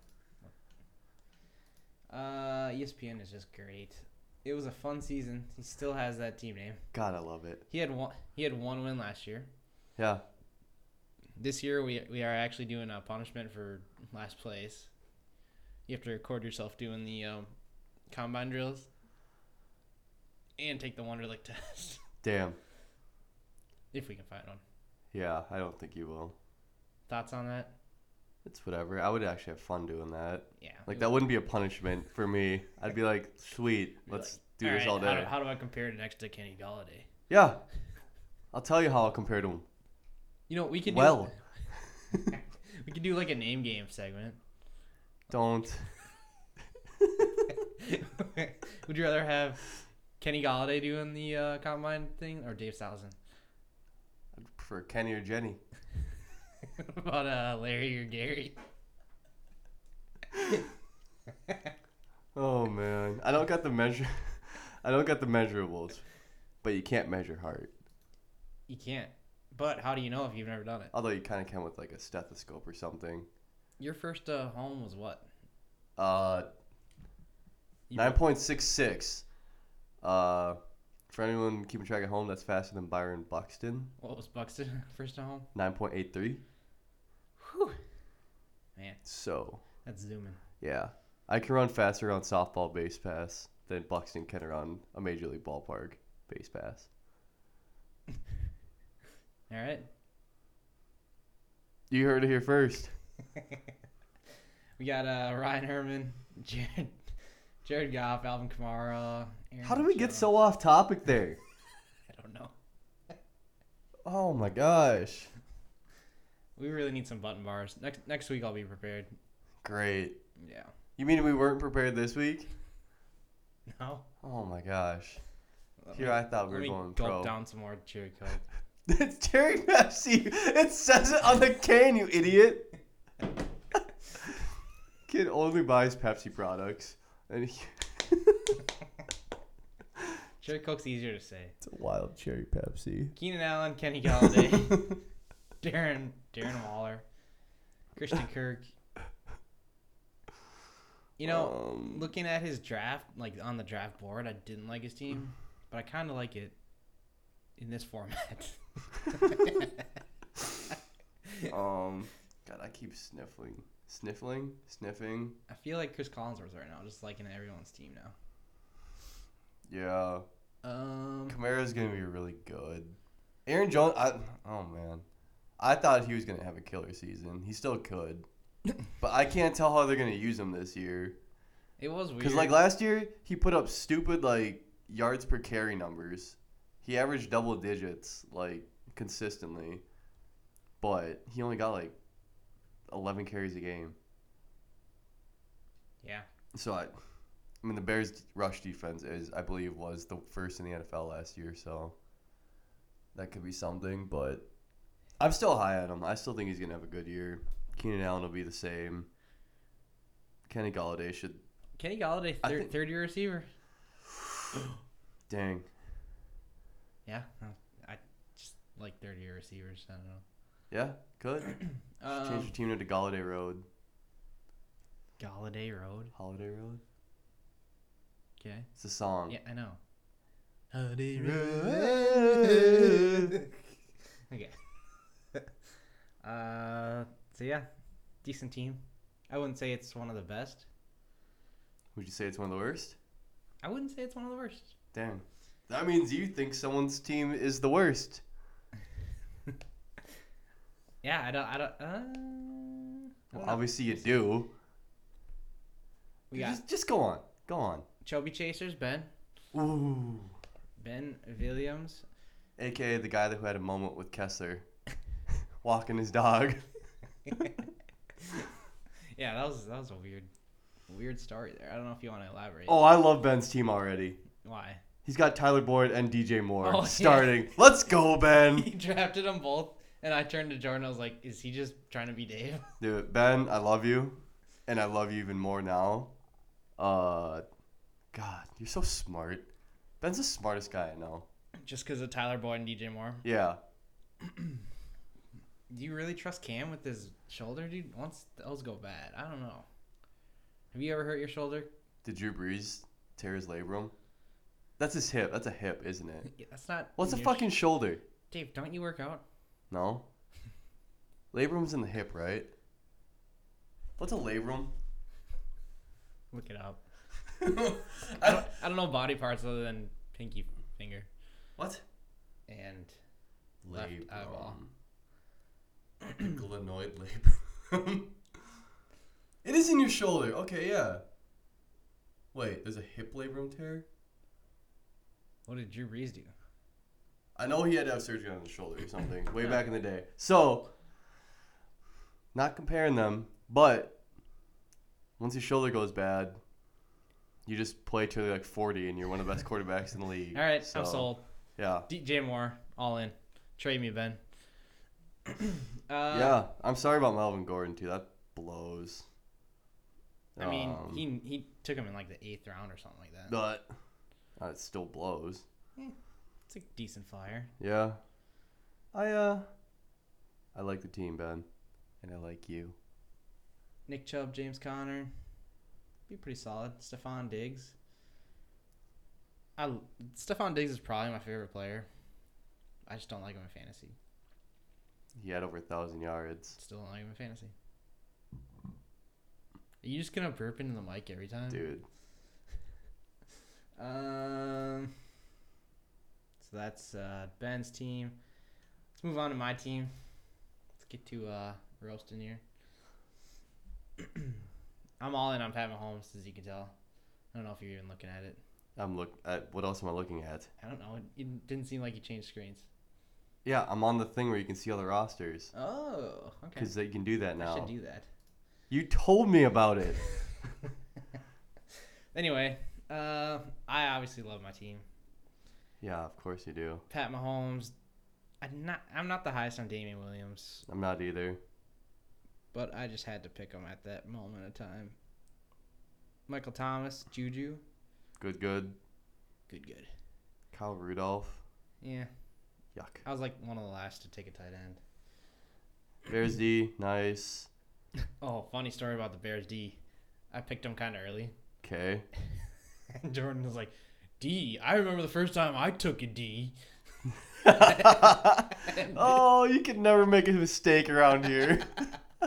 [SPEAKER 1] Uh, ESPN is just great. It was a fun season. He still has that team name.
[SPEAKER 2] God, I love it.
[SPEAKER 1] He had one. He had one win last year.
[SPEAKER 2] Yeah.
[SPEAKER 1] This year we we are actually doing a punishment for last place. You have to record yourself doing the um, combine drills. and take the Wonderlic test
[SPEAKER 2] Damn.
[SPEAKER 1] if we can find one.
[SPEAKER 2] Yeah, I don't think you will.
[SPEAKER 1] Thoughts on that?
[SPEAKER 2] It's whatever. I would actually have fun doing that.
[SPEAKER 1] Yeah.
[SPEAKER 2] Like that wouldn't be a punishment for me. I'd be like, sweet, let's do
[SPEAKER 1] Alright,
[SPEAKER 2] this all
[SPEAKER 1] How
[SPEAKER 2] day.
[SPEAKER 1] do, how do I compare it next to Kenny Galladay?
[SPEAKER 2] yeah. I'll tell you how I'll compare to him.
[SPEAKER 1] You know, we could
[SPEAKER 2] Well,
[SPEAKER 1] do, we could do like a name game segment.
[SPEAKER 2] don't.
[SPEAKER 1] Would you rather have Kenny Galladay doing the uh, combine thing or Dave Salzin?
[SPEAKER 2] For Kenny or Jenny.
[SPEAKER 1] What about uh, Larry or Gary?
[SPEAKER 2] Oh man, I don't got the measure. I don't got the measurables, but you can't measure heart.
[SPEAKER 1] You can't. But how do you know if you've never done it?
[SPEAKER 2] Although you kind of can with like a stethoscope or something.
[SPEAKER 1] Your first uh, home was what?
[SPEAKER 2] Uh,
[SPEAKER 1] You-
[SPEAKER 2] nine point six six. Uh, for anyone keeping track at home, that's faster than Byron Buxton.
[SPEAKER 1] What was Buxton first home?
[SPEAKER 2] Nine point eight three.
[SPEAKER 1] Whew. Man,
[SPEAKER 2] So
[SPEAKER 1] that's zooming.
[SPEAKER 2] yeah, I can run faster on softball base pass than Buxton can around a major league ballpark base pass.
[SPEAKER 1] All right.
[SPEAKER 2] You heard it here first.
[SPEAKER 1] We got uh, Ryan Herman, Jared, Jared Goff, Alvin Kamara. Aaron
[SPEAKER 2] How did we get
[SPEAKER 1] Jones.
[SPEAKER 2] so off topic there?
[SPEAKER 1] I don't know.
[SPEAKER 2] Oh my gosh.
[SPEAKER 1] We really need some button bars. Next next week I'll be prepared.
[SPEAKER 2] Great.
[SPEAKER 1] Yeah.
[SPEAKER 2] You mean we weren't prepared this week?
[SPEAKER 1] No.
[SPEAKER 2] Oh my gosh.
[SPEAKER 1] Let
[SPEAKER 2] Here
[SPEAKER 1] me-
[SPEAKER 2] I thought
[SPEAKER 1] let
[SPEAKER 2] we were
[SPEAKER 1] me
[SPEAKER 2] going
[SPEAKER 1] gulp
[SPEAKER 2] pro.
[SPEAKER 1] down some more cherry coke.
[SPEAKER 2] it's cherry Pepsi. It says it on the can, you idiot. Kid only buys Pepsi products. And he-
[SPEAKER 1] cherry coke's easier to say.
[SPEAKER 2] it's a wild cherry Pepsi.
[SPEAKER 1] Keenan Allen, Kenny Galladay, Darren Darren Waller, Christian Kirk. You know,
[SPEAKER 2] Um,
[SPEAKER 1] looking at his draft, like on the draft board, I didn't like his team,
[SPEAKER 2] Mm.
[SPEAKER 1] but I kind of like it in this format.
[SPEAKER 2] um, God, I keep sniffling. Sniffling? Sniffing?
[SPEAKER 1] I feel like Chris Collinsworth right now, just liking everyone's team now.
[SPEAKER 2] Yeah.
[SPEAKER 1] Um,
[SPEAKER 2] Kamara's gonna be really good. Aaron Jones, I oh man, I thought he was gonna have a killer season. He still could, but I can't tell how they're gonna use him this year.
[SPEAKER 1] it was weird.
[SPEAKER 2] Cause like last year, he put up stupid like yards per carry numbers. He averaged double digits like consistently, but he only got like eleven carries a game.
[SPEAKER 1] yeah,
[SPEAKER 2] So I, I mean, the Bears' rush defense is, I believe, was the first in the NFL last year. So that could be something, but I'm still high on him. I still think he's gonna have a good year. Keenan Allen will be the same. Kenny Galladay should.
[SPEAKER 1] Kenny Galladay,
[SPEAKER 2] I
[SPEAKER 1] third
[SPEAKER 2] think-
[SPEAKER 1] third year receiver.
[SPEAKER 2] Dang.
[SPEAKER 1] Yeah, no, I just like third year receivers. I don't
[SPEAKER 2] Yeah, good. Should
[SPEAKER 1] know.
[SPEAKER 2] Change
[SPEAKER 1] Um,
[SPEAKER 2] your team name to Galladay Road.
[SPEAKER 1] Galladay Road.
[SPEAKER 2] Holiday Road.
[SPEAKER 1] Okay.
[SPEAKER 2] It's a song.
[SPEAKER 1] Yeah, I know. Holiday
[SPEAKER 2] Road.
[SPEAKER 1] okay. Uh, so yeah, decent team. I wouldn't say it's one of the best.
[SPEAKER 2] Would you say it's one of the worst?
[SPEAKER 1] I wouldn't say it's one of the worst.
[SPEAKER 2] Damn. That means you think someone's team is the worst.
[SPEAKER 1] Yeah, I don't. I don't. Uh, I
[SPEAKER 2] Well,
[SPEAKER 1] don't know.
[SPEAKER 2] obviously you do.
[SPEAKER 1] we got
[SPEAKER 2] Just, just go on. Go on.
[SPEAKER 1] Chubby Chasers, Ben,
[SPEAKER 2] Ooh.
[SPEAKER 1] Ben Williams,
[SPEAKER 2] AKA the guy that who had a moment with Kessler walking his dog.
[SPEAKER 1] yeah, that was that was a weird, weird story there. I don't know if you want to elaborate.
[SPEAKER 2] Oh, I love Ben's team already.
[SPEAKER 1] Why?
[SPEAKER 2] He's got Tyler Boyd and DJ Moore
[SPEAKER 1] Oh, yeah.
[SPEAKER 2] starting. Let's go,
[SPEAKER 1] He
[SPEAKER 2] Ben.
[SPEAKER 1] drafted them both, and I turned to Jordan. I was like, "Is he just trying to be Dave?"
[SPEAKER 2] Dude, Ben, I love you. And I love you even more now. Uh God, you're so smart. Ben's the smartest guy I know.
[SPEAKER 1] Just because of Tyler Boyd and DJ Moore.
[SPEAKER 2] Yeah.
[SPEAKER 1] Do you really trust Cam with his shoulder, dude? Once those go bad, I don't know. Have you ever hurt your shoulder?
[SPEAKER 2] Did Drew Brees tear his labrum? That's his hip. That's a hip, isn't it?
[SPEAKER 1] Yeah, that's not.
[SPEAKER 2] What's
[SPEAKER 1] in
[SPEAKER 2] a
[SPEAKER 1] your
[SPEAKER 2] fucking shoulder?
[SPEAKER 1] sh- Dave? Don't you work out?
[SPEAKER 2] No. Labrum's in the hip, right? What's a labrum?
[SPEAKER 1] Look it up.
[SPEAKER 2] I
[SPEAKER 1] I
[SPEAKER 2] don't,
[SPEAKER 1] don't. I don't know body parts other than pinky finger
[SPEAKER 4] What?
[SPEAKER 1] and Left eyeball.
[SPEAKER 4] Labrum. Glenoid labrum.
[SPEAKER 2] It is in your shoulder. Okay, yeah. Wait, there's a hip labrum tear?
[SPEAKER 1] what did Drew Brees do?
[SPEAKER 2] I know he had to have surgery on his shoulder or something way back in the day. So, not comparing them, but once your shoulder goes bad, you just play till you're like 40 and you're one of the best quarterbacks in the league.
[SPEAKER 1] All right,
[SPEAKER 2] So,
[SPEAKER 1] I'm sold.
[SPEAKER 2] Yeah.
[SPEAKER 1] DJ Moore, all in. Trade me, Ben. uh,
[SPEAKER 2] yeah. I'm sorry about Melvin Gordon, too. That blows.
[SPEAKER 1] I mean,
[SPEAKER 2] Um,
[SPEAKER 1] he he took him in like the eighth round or something like that.
[SPEAKER 2] But uh, it still blows.
[SPEAKER 1] It's a decent flyer.
[SPEAKER 2] Yeah. I, uh, I like the team, Ben. And I like you.
[SPEAKER 1] Nick Chubb, James Conner, be pretty solid. Stephon Diggs. I Stephon Diggs is probably my favorite player. I just don't like him in fantasy.
[SPEAKER 2] He had over a 1,000 yards.
[SPEAKER 1] Still don't like him in fantasy. Are you just gonna burp into the mic every time?
[SPEAKER 2] Dude.
[SPEAKER 1] Um. So that's uh, Ben's team. Let's move on to my team. Let's get to uh, roasting here. I'm all in on Pat Mahomes, as you can tell. I don't know if you're even looking at it.
[SPEAKER 2] I'm look at what else am I looking at?
[SPEAKER 1] I don't know. It, it didn't seem like you changed screens.
[SPEAKER 2] Yeah, I'm on the thing where you can see all the rosters
[SPEAKER 1] Oh, okay.
[SPEAKER 2] because they can do that
[SPEAKER 1] I
[SPEAKER 2] now.
[SPEAKER 1] should do that.
[SPEAKER 2] you told me about it.
[SPEAKER 1] Anyway, uh, I obviously love my team.
[SPEAKER 2] yeah, of course you do.
[SPEAKER 1] Pat Mahomes. I'm not. I'm not the highest on Damian Williams.
[SPEAKER 2] I'm not either.
[SPEAKER 1] but I just had to pick him at that moment of time. Michael Thomas, Juju,
[SPEAKER 2] Good, good.
[SPEAKER 1] good, good.
[SPEAKER 2] Kyle Rudolph.
[SPEAKER 1] Yeah,
[SPEAKER 2] Yuck.
[SPEAKER 1] I was like one of the last to take a tight end.
[SPEAKER 2] Bears D. Nice.
[SPEAKER 1] Oh, funny story about the Bears D. I picked him kind of early,
[SPEAKER 2] Okay.
[SPEAKER 1] and Jordan was like, "D, I remember the first time I took a D."
[SPEAKER 2] oh, you can never make a mistake around here.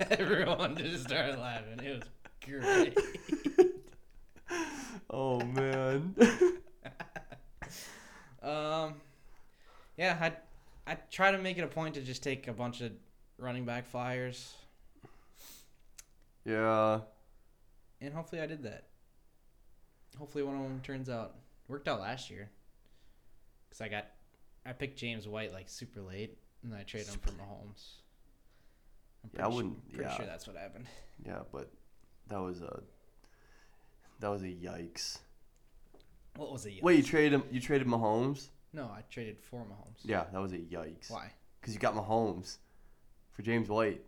[SPEAKER 1] Everyone just started laughing. It was great.
[SPEAKER 2] oh man.
[SPEAKER 1] Um, yeah, I I try to make it a point to just take a bunch of running back flyers,
[SPEAKER 2] yeah.
[SPEAKER 1] and hopefully I did that. Hopefully one of them turns out worked out last year. Cause I got, I picked James White like super late, and I traded him for Mahomes. I'm
[SPEAKER 2] Yeah, I
[SPEAKER 1] pretty su-
[SPEAKER 2] wouldn't-
[SPEAKER 1] pretty
[SPEAKER 2] yeah.
[SPEAKER 1] sure that's what happened.
[SPEAKER 2] Yeah, but that was a that was a yikes.
[SPEAKER 1] What was it?
[SPEAKER 2] Wait, you traded him? You traded Mahomes?
[SPEAKER 1] No, I traded for Mahomes.
[SPEAKER 2] Yeah, that was a yikes.
[SPEAKER 1] Why?
[SPEAKER 2] Because you got Mahomes for James White.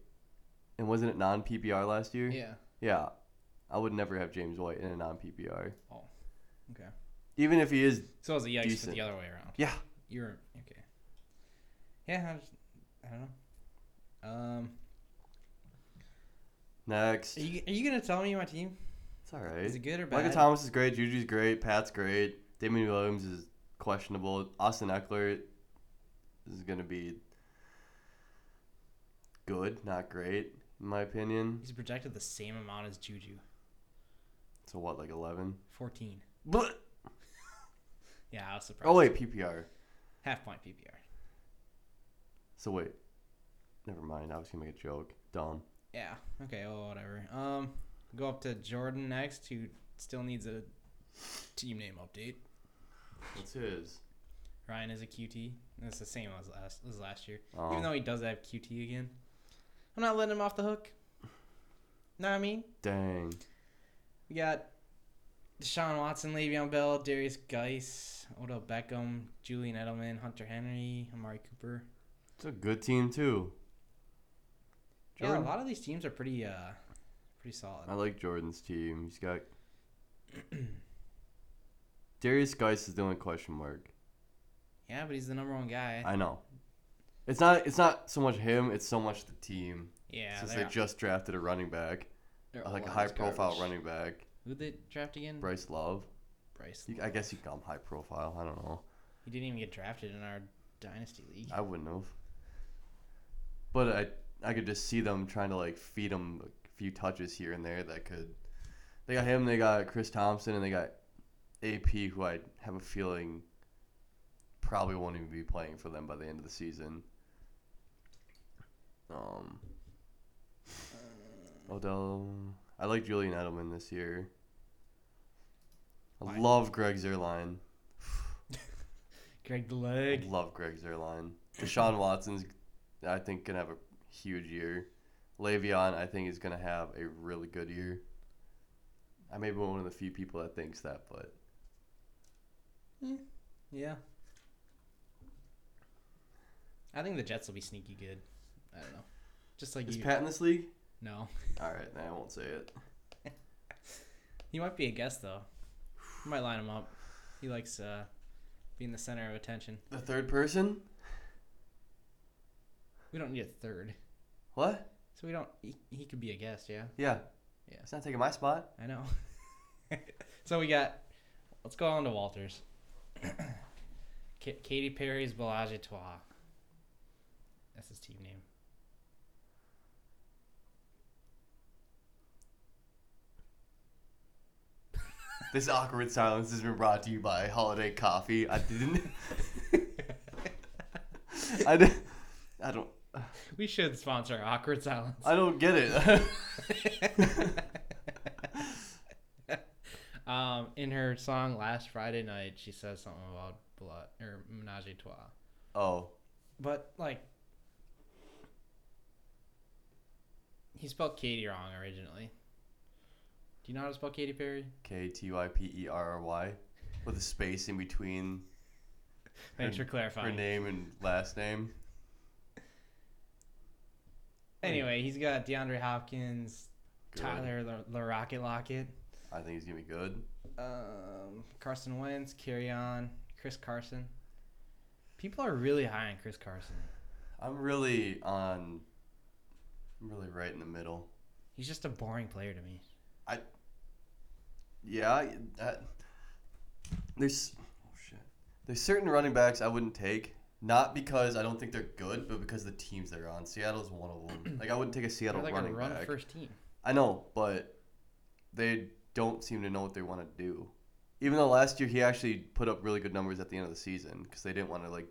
[SPEAKER 2] And wasn't it non PPR last year?
[SPEAKER 1] Yeah.
[SPEAKER 2] Yeah. I would never have James White in a non PPR.
[SPEAKER 1] Oh, Okay.
[SPEAKER 2] Even if he is.
[SPEAKER 1] So it was a yikes for
[SPEAKER 2] Decent.
[SPEAKER 1] the other way around.
[SPEAKER 2] Yeah.
[SPEAKER 1] You're okay. Yeah, I, was, I don't know. Um,
[SPEAKER 2] Next.
[SPEAKER 1] are you, are you gonna tell me my team?
[SPEAKER 2] It's all right.
[SPEAKER 1] Is it good or bad?
[SPEAKER 2] Michael Thomas is great. Juju's great. Pat's great. Damon Williams is questionable. Austin Eckler is going to be good, not great, in my opinion.
[SPEAKER 1] He's projected the same amount as Juju,
[SPEAKER 2] So, what, like 11?
[SPEAKER 1] fourteen.
[SPEAKER 2] But
[SPEAKER 1] Yeah, I was surprised.
[SPEAKER 2] Oh, wait, PPR.
[SPEAKER 1] half point PPR.
[SPEAKER 2] So, wait. Never mind. I was going to make a joke. Dumb.
[SPEAKER 1] Yeah. Okay. Well, whatever. Um, go up to Jordan next, who still needs a team name update.
[SPEAKER 2] What's his?
[SPEAKER 1] Ryan is a QT. That's the same as last as last year.
[SPEAKER 2] Oh.
[SPEAKER 1] Even though he does have QT again, I'm not letting him off the hook. Know what I mean?
[SPEAKER 2] Dang.
[SPEAKER 1] We got Deshaun Watson, Le'Veon Bell, Darius Geis, Odell Beckham, Julian Edelman, Hunter Henry, Amari Cooper.
[SPEAKER 2] It's a good team too.
[SPEAKER 1] Yeah,
[SPEAKER 2] Jordan?
[SPEAKER 1] a
[SPEAKER 2] Oh.
[SPEAKER 1] lot of these teams are pretty uh pretty solid.
[SPEAKER 2] I like Jordan's team. He's got Darius Geis is the only question mark.
[SPEAKER 1] Yeah, but he's the number one guy.
[SPEAKER 2] I know. It's not it's not so much him, it's so much the team.
[SPEAKER 1] yeah,
[SPEAKER 2] since
[SPEAKER 1] they're-
[SPEAKER 2] they just drafted a running back.
[SPEAKER 1] they're
[SPEAKER 2] Like
[SPEAKER 1] all
[SPEAKER 2] a
[SPEAKER 1] out
[SPEAKER 2] high
[SPEAKER 1] as
[SPEAKER 2] profile
[SPEAKER 1] garbage.
[SPEAKER 2] running back.
[SPEAKER 1] Who did they draft again?
[SPEAKER 2] Bryce Love.
[SPEAKER 1] Bryce.
[SPEAKER 2] You- I guess you can call him high profile. I don't know.
[SPEAKER 1] He didn't even get drafted in our dynasty league.
[SPEAKER 2] I wouldn't have. But I I could just see them trying to like feed him a few touches here and there that could. They got him. They got Chris Thompson, and they got AP who I have a feeling probably won't even be playing for them by the end of the season. Um, Odell. I like Julian Edelman this year. I
[SPEAKER 1] Why?
[SPEAKER 2] love Greg Zerline.
[SPEAKER 1] Greg the
[SPEAKER 2] I
[SPEAKER 1] leg.
[SPEAKER 2] love Greg Zerline. Deshaun Watson's, I think, gonna have a huge year. Le'Veon, I think, is gonna have a really good year. I may be one of the few people that thinks that, but
[SPEAKER 1] Yeah. I think the Jets will be sneaky good. I don't know. Just like
[SPEAKER 2] is
[SPEAKER 1] you.
[SPEAKER 2] Pat in this league?
[SPEAKER 1] no.
[SPEAKER 2] All right, then I won't say it.
[SPEAKER 1] He might be a guest though. We might line him up. He likes uh, being the center of attention.
[SPEAKER 2] The third person?
[SPEAKER 1] We don't need a third,
[SPEAKER 2] What?
[SPEAKER 1] so we don't. He, he could be a guest. Yeah,
[SPEAKER 2] Yeah.
[SPEAKER 1] Yeah.
[SPEAKER 2] It's not taking my spot.
[SPEAKER 1] I know. so we got. Let's go on to Walters. K- Katy Perry's Belage à Toi. That's his team name.
[SPEAKER 2] This awkward silence has been brought to you by Holiday Coffee. I didn't. I, did, I don't.
[SPEAKER 1] We should sponsor awkward silence.
[SPEAKER 2] I don't get it.
[SPEAKER 1] um, in her song last Friday night, she says something about blood or menage a trois,
[SPEAKER 2] oh,
[SPEAKER 1] but like he spelled Katy wrong originally. Do you know how to spell Katy Perry?
[SPEAKER 2] K T Y P E R R Y, with a space in between
[SPEAKER 1] Thanks for
[SPEAKER 2] her
[SPEAKER 1] clarifying.
[SPEAKER 2] name and last name.
[SPEAKER 1] Anyway, he's got DeAndre Hopkins,
[SPEAKER 2] Good.
[SPEAKER 1] Tyler the, the Rocket Locket,
[SPEAKER 2] I think he's gonna be good.
[SPEAKER 1] um, Carson Wentz, Carry On, Chris Carson. People are really high on Chris Carson.
[SPEAKER 2] I'm really on. I'm really right in the middle.
[SPEAKER 1] He's just a boring player to me.
[SPEAKER 2] Yeah, I- that, there's oh shit. There's certain running backs I wouldn't take, not because I don't think they're good, but because the teams they're on. Seattle's one of them. like I wouldn't take a
[SPEAKER 1] They're
[SPEAKER 2] Seattle
[SPEAKER 1] like
[SPEAKER 2] running
[SPEAKER 1] a run
[SPEAKER 2] back.
[SPEAKER 1] first team.
[SPEAKER 2] I know, but they don't seem to know what they want to do. Even though last year he actually put up really good numbers at the end of the season because they didn't want to like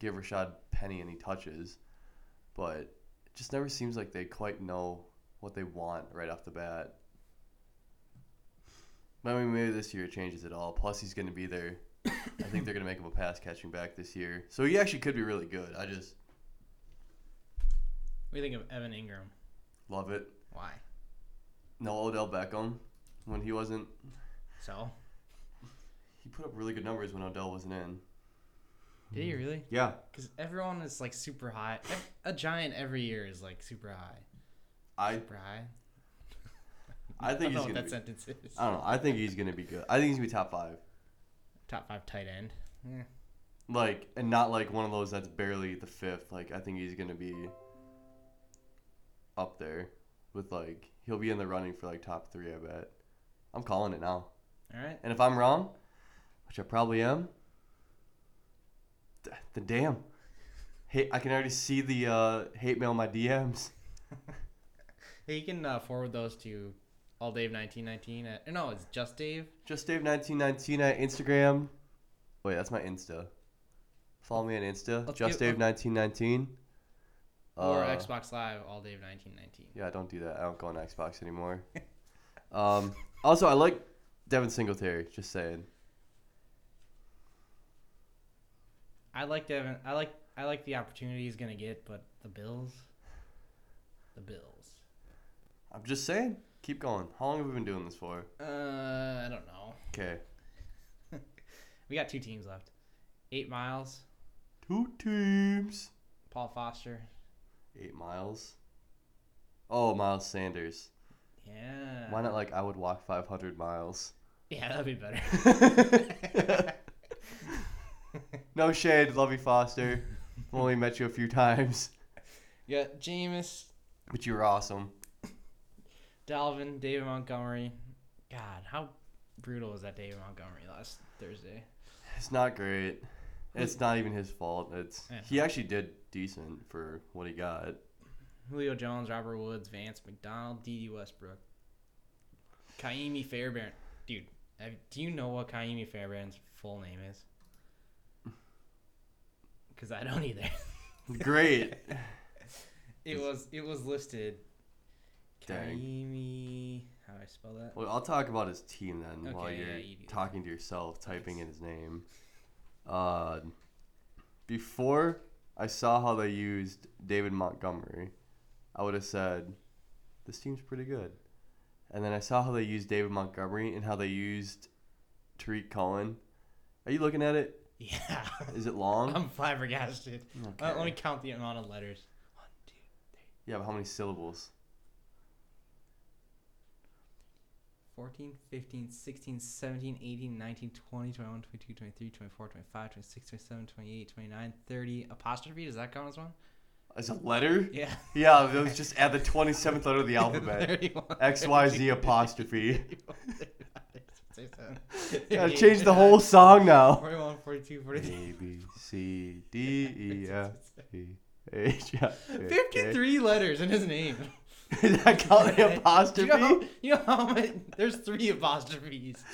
[SPEAKER 2] give Rashad Penny any touches, but it just never seems like they quite know what they want right off the bat. But I mean, maybe this year it changes it all. Plus, he's going to be there. I think they're going to make him a pass catching back this year, so he actually could be really good. I just
[SPEAKER 1] What do you think of Evan Ingram?
[SPEAKER 2] love it.
[SPEAKER 1] Why?
[SPEAKER 2] No Odell Beckham when he wasn't
[SPEAKER 1] So
[SPEAKER 2] He put up really good numbers when Odell wasn't in.
[SPEAKER 1] did
[SPEAKER 2] Hmm.
[SPEAKER 1] he really?
[SPEAKER 2] Yeah.
[SPEAKER 1] Because everyone is like super high. Ev- A giant every year is like super high.
[SPEAKER 2] I
[SPEAKER 1] Super high. I
[SPEAKER 2] I think
[SPEAKER 1] don't
[SPEAKER 2] he's
[SPEAKER 1] know what
[SPEAKER 2] gonna
[SPEAKER 1] that
[SPEAKER 2] be,
[SPEAKER 1] sentence is.
[SPEAKER 2] I don't know. I think he's gonna be good. I think he's gonna be top five.
[SPEAKER 1] Top five tight end. Eh.
[SPEAKER 2] Like and not like one of those that's barely the fifth. Like I think he's gonna be up there with like he'll be in the running for like top three, I bet. I'm calling it now.
[SPEAKER 1] All right.
[SPEAKER 2] And if I'm wrong, which I probably am, th- then damn. Hey, I can already see the uh, hate mail in my DMs.
[SPEAKER 1] Hey, you can uh, forward those to all Dave nineteen nineteen. At, no, it's just Dave.
[SPEAKER 2] Just Dave nineteen nineteen at Instagram. Wait, that's my Insta. Follow me on Insta.
[SPEAKER 1] Let's
[SPEAKER 2] Just
[SPEAKER 1] give-
[SPEAKER 2] Dave nineteen nineteen.
[SPEAKER 1] Or
[SPEAKER 2] Uh,
[SPEAKER 1] Xbox Live all Dave nineteen nineteen.
[SPEAKER 2] Yeah, don't do that. I don't go on Xbox anymore. um, also, I like Devin Singletary. Just saying.
[SPEAKER 1] I like Devin. I like I like the opportunity he's gonna get, but the Bills. The Bills.
[SPEAKER 2] I'm just saying. Keep going. How long have we been doing this for?
[SPEAKER 1] Uh, I don't know.
[SPEAKER 2] Okay.
[SPEAKER 1] We got two teams left. Eight miles.
[SPEAKER 2] Two teams.
[SPEAKER 1] Paul Foster.
[SPEAKER 2] Eight miles. Oh, Miles Sanders.
[SPEAKER 1] Yeah.
[SPEAKER 2] Why not like I would walk 500 miles?
[SPEAKER 1] Yeah, that'd be better.
[SPEAKER 2] No shade, Lovey Foster. I've only met you a few times,
[SPEAKER 1] you got Jameis,
[SPEAKER 2] but you were awesome.
[SPEAKER 1] Dalvin, David Montgomery. God, how brutal was that David Montgomery last Thursday?
[SPEAKER 2] It's not great. It's not even his fault. It's
[SPEAKER 1] Yeah.
[SPEAKER 2] he actually did decent for what he got.
[SPEAKER 1] Julio Jones, Robert Woods, Vance McDonald, D.D. Westbrook, Kaimi Fairbairn. Dude, Have, do you know what Kaimi Fairbairn's full name is? Because I don't either.
[SPEAKER 2] Great.
[SPEAKER 1] it was it was listed.
[SPEAKER 2] Dang.
[SPEAKER 1] Kaimi. How do I spell that?
[SPEAKER 2] Well, I'll talk about his team then while
[SPEAKER 1] Okay, yeah,
[SPEAKER 2] you're
[SPEAKER 1] you do that.
[SPEAKER 2] talking to yourself, typing in his name. Uh, before I saw how they used David Montgomery, I would have said, this team's pretty good. And then I saw how they used David Montgomery and how they used Tariq Cohen. Are you looking at it?
[SPEAKER 1] Yeah.
[SPEAKER 2] Is it long?
[SPEAKER 1] I'm flabbergasted. Uh,
[SPEAKER 2] Okay.
[SPEAKER 1] let me count the amount of letters. One, two,
[SPEAKER 2] yeah, but how many syllables?
[SPEAKER 1] 14, 15, 16, 17, 18, 19, 20, 21, 22, 23, 24, 25, 26, 27, 28, 29, 30. Apostrophe, does that count as one?
[SPEAKER 2] Is a letter?
[SPEAKER 1] Yeah.
[SPEAKER 2] Yeah, it was just add the 27th letter of the alphabet.
[SPEAKER 1] 31,
[SPEAKER 2] XYZ apostrophe.
[SPEAKER 1] 31,
[SPEAKER 2] Gotta change the whole song now.
[SPEAKER 1] 41, 42,
[SPEAKER 2] A
[SPEAKER 1] 43.
[SPEAKER 2] B C D E F G H I J K.
[SPEAKER 1] 53 letters in his name.
[SPEAKER 2] Did I call the
[SPEAKER 1] Do You know, how-
[SPEAKER 2] apostrophe?
[SPEAKER 1] you know how many? There's three apostrophes.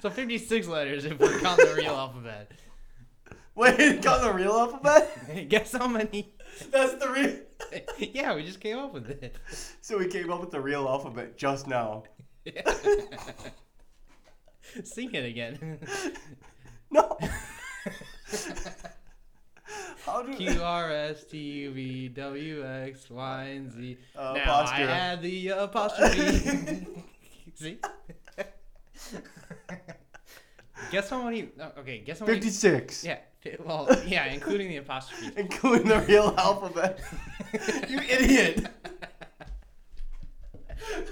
[SPEAKER 1] so 56 letters if we count the real alphabet.
[SPEAKER 2] Wait, you call the real alphabet?
[SPEAKER 1] Guess how many?
[SPEAKER 2] That's the real.
[SPEAKER 1] yeah, we just came up with it.
[SPEAKER 2] So we came up with the real alphabet just now.
[SPEAKER 1] Sing it again.
[SPEAKER 2] No. How do
[SPEAKER 1] Q R S T U V W X Y and Z.
[SPEAKER 2] Uh,
[SPEAKER 1] now
[SPEAKER 2] apostrophe.
[SPEAKER 1] I add the apostrophe. See? guess how many? no, Okay, guess how many?
[SPEAKER 2] Fifty-six.
[SPEAKER 1] Yeah. fi- Well, yeah, including the apostrophe.
[SPEAKER 2] Including the real alphabet. you idiot.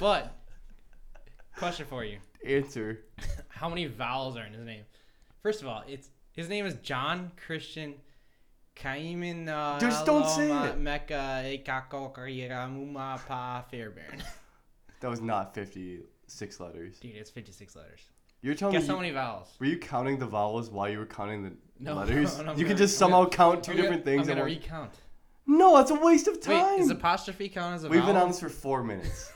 [SPEAKER 1] But question for you:
[SPEAKER 2] Answer.
[SPEAKER 1] How many vowels are in his name? First of all, it's his name is John Christian Kaimin. Uh,
[SPEAKER 2] Just don't say
[SPEAKER 1] Aloma
[SPEAKER 2] it.
[SPEAKER 1] Mecca Ekako Karira Muma Pa Fairbairn.
[SPEAKER 2] That was not fifty-six letters.
[SPEAKER 1] Dude, it's fifty-six letters.
[SPEAKER 2] You're telling
[SPEAKER 1] Guess
[SPEAKER 2] me.
[SPEAKER 1] how many vowels?
[SPEAKER 2] Were you counting the vowels while you were counting the
[SPEAKER 1] No,
[SPEAKER 2] letters?
[SPEAKER 1] I'm
[SPEAKER 2] you
[SPEAKER 1] gonna-
[SPEAKER 2] can just
[SPEAKER 1] I'm
[SPEAKER 2] somehow
[SPEAKER 1] gonna-
[SPEAKER 2] count 2
[SPEAKER 1] I'm
[SPEAKER 2] different
[SPEAKER 1] gonna-
[SPEAKER 2] things.
[SPEAKER 1] I'm
[SPEAKER 2] at
[SPEAKER 1] gonna
[SPEAKER 2] once.
[SPEAKER 1] recount.
[SPEAKER 2] no, that's a waste of time.
[SPEAKER 1] Wait, is apostrophe count as a
[SPEAKER 2] We've
[SPEAKER 1] vowel?
[SPEAKER 2] been on this for four minutes.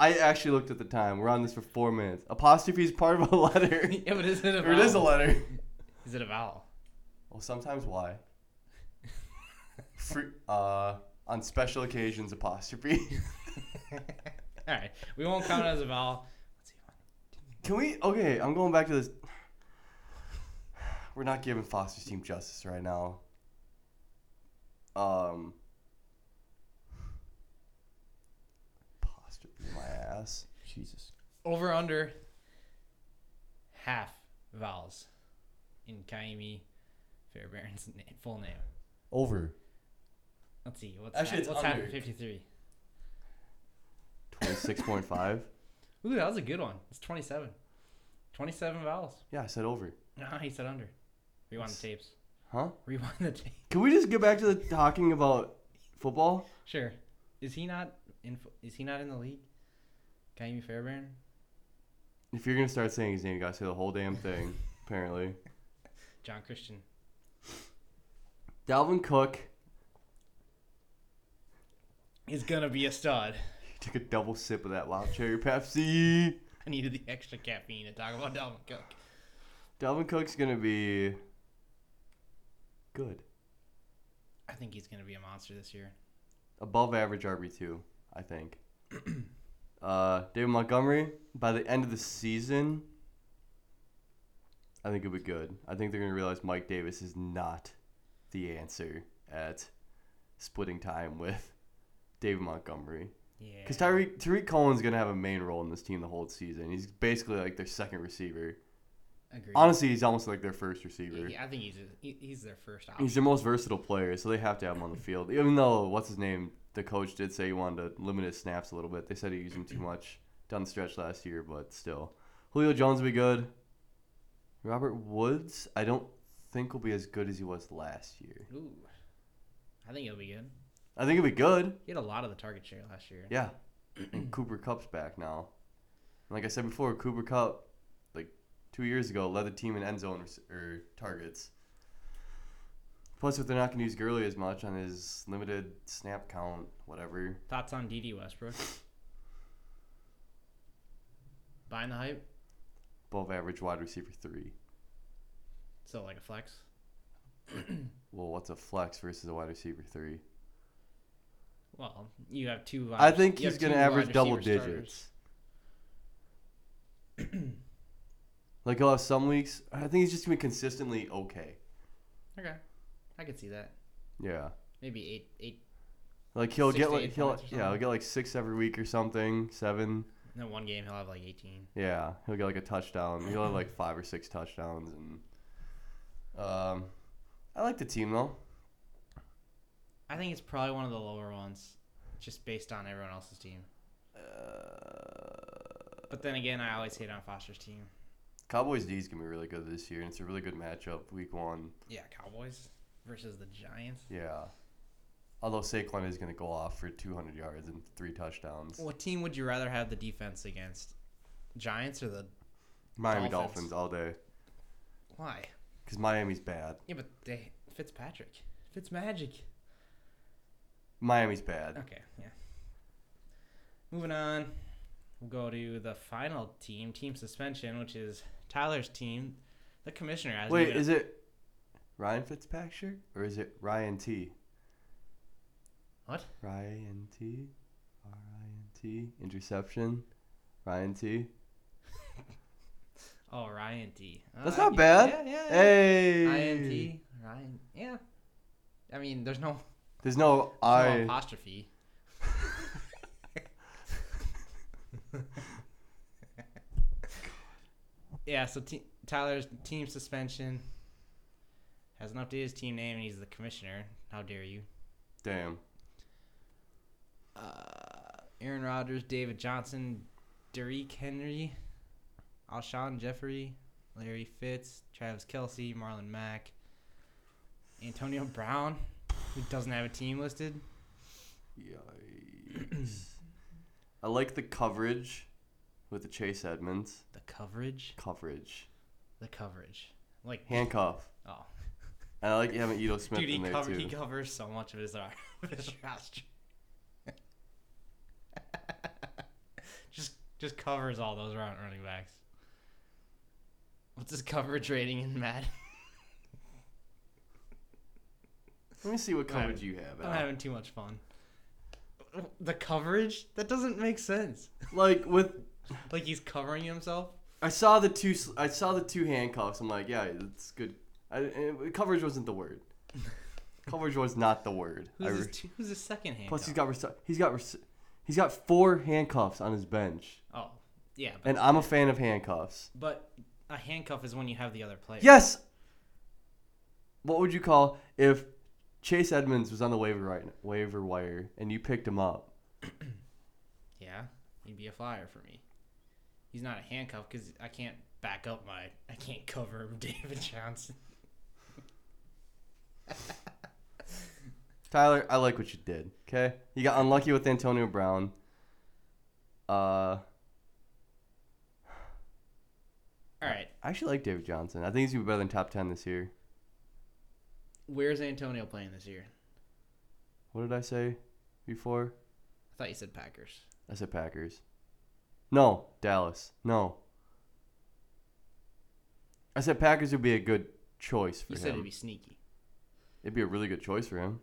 [SPEAKER 2] I actually looked at the time. We're on this for four minutes. Apostrophe is part of a letter.
[SPEAKER 1] yeah, but is it a
[SPEAKER 2] or
[SPEAKER 1] vowel?
[SPEAKER 2] it is a letter.
[SPEAKER 1] Is it a vowel?
[SPEAKER 2] Well, sometimes why? Fre- uh, on special occasions, apostrophe.
[SPEAKER 1] All right, we won't count it as a vowel. Let's see.
[SPEAKER 2] can we? Okay, I'm going back to this. We're not giving Foster's team justice right now. Um. Apostrophe my ass. Jesus.
[SPEAKER 1] Over under half vowels in Kaimi Fairbairn's na- full name.
[SPEAKER 2] Over.
[SPEAKER 1] Let's see. What's
[SPEAKER 4] Actually,
[SPEAKER 1] half,
[SPEAKER 4] it's
[SPEAKER 1] what's half
[SPEAKER 4] under.
[SPEAKER 1] of 53?
[SPEAKER 2] 26.5?
[SPEAKER 1] Ooh, that was a good one. It's 27. 27 vowels.
[SPEAKER 2] yeah, I said over.
[SPEAKER 1] Nah, he said under. Rewind the tapes.
[SPEAKER 2] Huh?
[SPEAKER 1] Rewind the tape.
[SPEAKER 2] Can we just get back to the talking about football?
[SPEAKER 1] Sure. Is he not in? Is he not in the league? Kaimi Fairbairn.
[SPEAKER 2] If you're gonna start saying his name, you gotta say the whole damn thing. apparently,
[SPEAKER 1] John Christian.
[SPEAKER 2] Dalvin Cook
[SPEAKER 1] is gonna be a stud.
[SPEAKER 2] took a double sip of that wild cherry Pepsi.
[SPEAKER 1] I needed the extra caffeine to talk about Dalvin Cook.
[SPEAKER 2] Dalvin Cook's gonna be good,
[SPEAKER 1] I think he's gonna be a monster this year.
[SPEAKER 2] above average RB two, I think. uh, David Montgomery by the end of the season, I think it'll be good. I think they're gonna realize Mike Davis is not the answer at splitting time with David Montgomery.
[SPEAKER 1] Yeah.
[SPEAKER 2] Because Tyreek Tariq Cohen's gonna have a main role in this team the whole season. He's basically like their second receiver.
[SPEAKER 1] Agreed.
[SPEAKER 2] Honestly, he's almost like their first receiver.
[SPEAKER 1] He- I think he's a, he, he's their first option.
[SPEAKER 2] He's their most versatile player, so they have to have him on the field. Even though what's his name, the coach did say he wanted to limit his snaps a little bit. They said he used him too much down the stretch last year, but still, Julio Jones will be good. Robert Woods, I don't think will be as good as he was last year.
[SPEAKER 1] Ooh. I think he'll be good.
[SPEAKER 2] I think he'll be good.
[SPEAKER 1] He had a lot of the target share last year.
[SPEAKER 2] Yeah. And Cooper Cup's back now. And like I said before, Cooper Cup, like two years ago, led the team in end zone rec- or targets. Plus, if they're not going to use Gurley as much on his limited snap count, whatever.
[SPEAKER 1] Thoughts on D.D. Westbrook? Buying the hype?
[SPEAKER 2] above average wide receiver three.
[SPEAKER 1] So like a flex.
[SPEAKER 2] Well, what's a flex versus a wide receiver three?
[SPEAKER 1] Well, you have two.
[SPEAKER 2] I
[SPEAKER 1] wide-
[SPEAKER 2] think
[SPEAKER 1] you have
[SPEAKER 2] he's going to
[SPEAKER 1] two wide
[SPEAKER 2] average double
[SPEAKER 1] receiver
[SPEAKER 2] digits.
[SPEAKER 1] starters.
[SPEAKER 2] like he'll have some weeks. I think he's just going to be consistently okay.
[SPEAKER 1] Okay, I could see that.
[SPEAKER 2] Yeah.
[SPEAKER 1] Maybe eight, eight,
[SPEAKER 2] Like he'll
[SPEAKER 1] Six
[SPEAKER 2] get
[SPEAKER 1] to
[SPEAKER 2] like
[SPEAKER 1] eight
[SPEAKER 2] he'll
[SPEAKER 1] points or
[SPEAKER 2] yeah he'll
[SPEAKER 1] something.
[SPEAKER 2] get like six every week or something seven
[SPEAKER 1] in one game he'll have like eighteen.
[SPEAKER 2] yeah he'll get like a touchdown he'll have like five or six touchdowns and um I like the team though
[SPEAKER 1] I think it's probably one of the lower ones, just based on everyone else's team.
[SPEAKER 2] Uh,
[SPEAKER 1] But then again, I always hate on Foster's team.
[SPEAKER 2] Cowboys D is gonna be really good this year and it's a really good matchup week one
[SPEAKER 1] Yeah, Cowboys versus the Giants.
[SPEAKER 2] yeah although Saquon is gonna go off for 200 yards and three touchdowns
[SPEAKER 1] What team would you rather have the defense against? Giants or the
[SPEAKER 2] Miami
[SPEAKER 1] Dolphins.
[SPEAKER 2] Dolphins all day
[SPEAKER 1] why?
[SPEAKER 2] because Miami's bad
[SPEAKER 1] Yeah, but they Fitzpatrick, Fitzmagic.
[SPEAKER 2] Miami's bad
[SPEAKER 1] Okay, yeah. Moving on, we'll go to the final team, team suspension, which is Tyler's team. The commissioner has.
[SPEAKER 2] wait is it Ryan Fitzpatrick or is it Ryan T
[SPEAKER 1] what?
[SPEAKER 2] Ryan T. R I N T. Interception. Ryan T.
[SPEAKER 1] Oh, Ryan T.
[SPEAKER 2] That's
[SPEAKER 1] Uh,
[SPEAKER 2] not
[SPEAKER 1] yeah,
[SPEAKER 2] bad.
[SPEAKER 1] Yeah, yeah. yeah.
[SPEAKER 2] Hey.
[SPEAKER 1] Ryan T. Ryan. Yeah. I mean, there's no,
[SPEAKER 2] There's no
[SPEAKER 1] there's no
[SPEAKER 2] I.
[SPEAKER 1] apostrophe. yeah, so te- Tyler's team suspension hasn't updated his team name, and he's the commissioner. How dare you?
[SPEAKER 2] Damn.
[SPEAKER 1] Uh, Aaron Rodgers, David Johnson, Derrick Henry, Alshon Jeffrey, Larry Fitz, Travis Kelsey, Marlon Mack, Antonio Brown, who doesn't have a team listed.
[SPEAKER 2] Yikes. I like the coverage with the Chase Edmonds.
[SPEAKER 1] The coverage,
[SPEAKER 2] Coverage.
[SPEAKER 1] the coverage, like
[SPEAKER 2] Handcuff.
[SPEAKER 1] oh,
[SPEAKER 2] And I like having Edo Smith
[SPEAKER 1] dude, he,
[SPEAKER 2] in there
[SPEAKER 1] cover,
[SPEAKER 2] too.
[SPEAKER 1] he covers so much of his, ar- of his roster. just just covers all those round running backs. What's his coverage rating in Madden?
[SPEAKER 2] Let me see what
[SPEAKER 1] I'm-
[SPEAKER 2] coverage you have.
[SPEAKER 1] I'm
[SPEAKER 2] Al.
[SPEAKER 1] having too much fun. The coverage? That doesn't make sense.
[SPEAKER 2] Like with,
[SPEAKER 1] Like he's covering himself.
[SPEAKER 2] I saw the two. sl- I saw the two handcuffs. I'm like, yeah, that's good. I, and coverage wasn't the word. coverage was not the word. I
[SPEAKER 1] Who's his,
[SPEAKER 2] re-
[SPEAKER 1] t- who's his second hand?
[SPEAKER 2] Plus, he's got rece- he's got rece- he's got four handcuffs on his bench,
[SPEAKER 1] Oh, yeah, but,
[SPEAKER 2] and I'm a fan of handcuffs.
[SPEAKER 1] but a handcuff is when you have the other player.
[SPEAKER 2] Yes. What would you call if Chase Edmonds was on the waiver right waiver wire and you picked him up?
[SPEAKER 1] Yeah, he'd be a flyer for me. He's not a handcuff because I can't back up my. I can't cover David Johnson.
[SPEAKER 2] Tyler, I like what you did. Okay, you got unlucky with Antonio Brown. Uh,
[SPEAKER 1] All right,
[SPEAKER 2] I actually like David Johnson. I think he's gonna be better than top ten this year.
[SPEAKER 1] where's Antonio playing this year?
[SPEAKER 2] What did I say before?
[SPEAKER 1] I thought you said Packers.
[SPEAKER 2] I said Packers. No, Dallas. No. I said Packers would be a good choice for
[SPEAKER 1] You
[SPEAKER 2] him.
[SPEAKER 1] said it'd be sneaky.
[SPEAKER 2] it'd be a really good choice for him.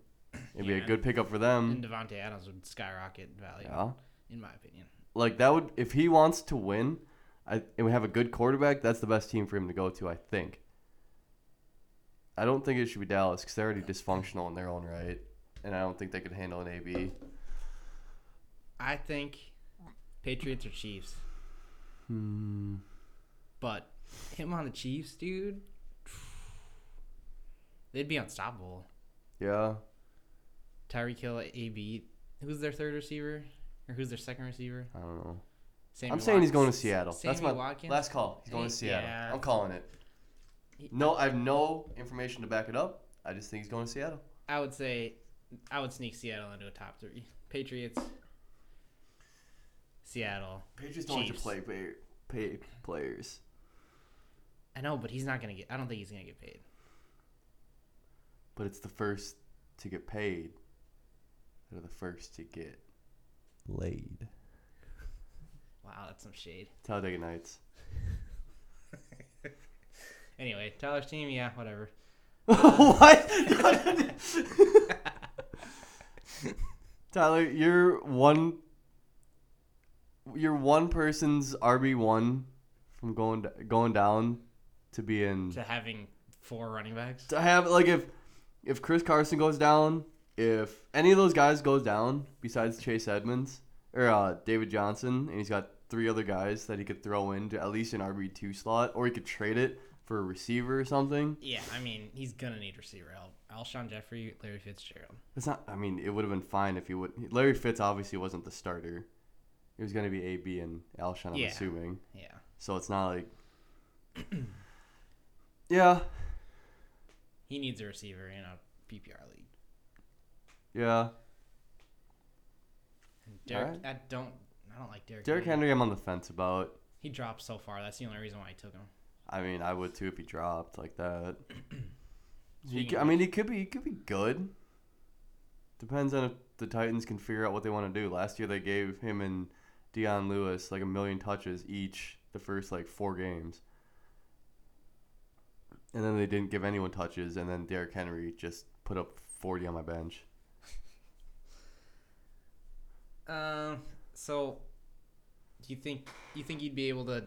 [SPEAKER 2] It'd be
[SPEAKER 1] Yeah.
[SPEAKER 2] a good pickup for
[SPEAKER 1] And
[SPEAKER 2] them.
[SPEAKER 1] Devontae Adams would skyrocket value,
[SPEAKER 2] Hmm. Yeah.
[SPEAKER 1] in my opinion.
[SPEAKER 2] Like that would if he wants to win, I, and we have a good quarterback, that's the best team for him to go to, I think. I don't think it should be Dallas because they're already dysfunctional in their own right, and I don't think they could handle an AB.
[SPEAKER 1] I think Patriots or Chiefs.
[SPEAKER 2] Hmm.
[SPEAKER 1] But him on the Chiefs, dude, they'd be unstoppable.
[SPEAKER 2] Yeah,
[SPEAKER 1] Tyreek Hill, AB. Who's their third receiver? Or who's their second receiver?
[SPEAKER 2] I don't know.
[SPEAKER 1] Sammy
[SPEAKER 2] I'm saying he's going to
[SPEAKER 1] Watkins.
[SPEAKER 2] Seattle. That's
[SPEAKER 1] Sammy
[SPEAKER 2] my
[SPEAKER 1] Watkins?
[SPEAKER 2] last call. He's going to
[SPEAKER 1] Hey,
[SPEAKER 2] Seattle.
[SPEAKER 1] yeah.
[SPEAKER 2] I'm calling it.
[SPEAKER 1] He-
[SPEAKER 2] No, I have no information to back it up. I just think he's going to Seattle.
[SPEAKER 1] I would say I would sneak Seattle into a top three. Patriots, Seattle.
[SPEAKER 2] Patriots don't like to
[SPEAKER 1] Chiefs.
[SPEAKER 2] play pay, pay players.
[SPEAKER 1] I know, but he's not gonna get. I don't think he's gonna get paid.
[SPEAKER 2] But it's the first to get paid that are the first to get laid.
[SPEAKER 1] Wow, that's some shade.
[SPEAKER 2] Talladega Nights.
[SPEAKER 1] anyway, Tyler's team, yeah, whatever.
[SPEAKER 2] what? Tyler, you're one. You're one person's RB one from going d- going down to being
[SPEAKER 1] To having four running backs.
[SPEAKER 2] to have like if if Chris Carson goes down, if any of those guys goes down besides Chase Edmonds or uh, David Johnson, and he's got three other guys that he could throw into at least an RB two slot, or he could trade it for a receiver or something.
[SPEAKER 1] Yeah, I mean, he's gonna need receiver help. Alshon Jeffrey, Larry Fitzgerald.
[SPEAKER 2] It's not. I mean, it would have been fine if he would. Larry Fitz obviously wasn't the starter. It was going to be AB and Alshon. I'm
[SPEAKER 1] Yeah.
[SPEAKER 2] assuming.
[SPEAKER 1] Yeah.
[SPEAKER 2] So it's not like. yeah,
[SPEAKER 1] He needs a receiver in a PPR league.
[SPEAKER 2] yeah.
[SPEAKER 1] And Derek,
[SPEAKER 2] Alright.
[SPEAKER 1] I don't, I don't like Derek.
[SPEAKER 2] Derrick Henry, I'm on the fence about.
[SPEAKER 1] He dropped so far. That's the only reason why I took him.
[SPEAKER 2] I mean, I would too if he dropped like that. he,
[SPEAKER 1] Speaking
[SPEAKER 2] c- I
[SPEAKER 1] of-
[SPEAKER 2] mean, he could be he could be good. Depends on if the Titans can figure out what they want to do. Last year they gave him and Dion Lewis like a million touches each the first like four games, and then they didn't give anyone touches, and then Derrick Henry just put up forty on my bench.
[SPEAKER 1] Um. So, do you think you think you'd be able to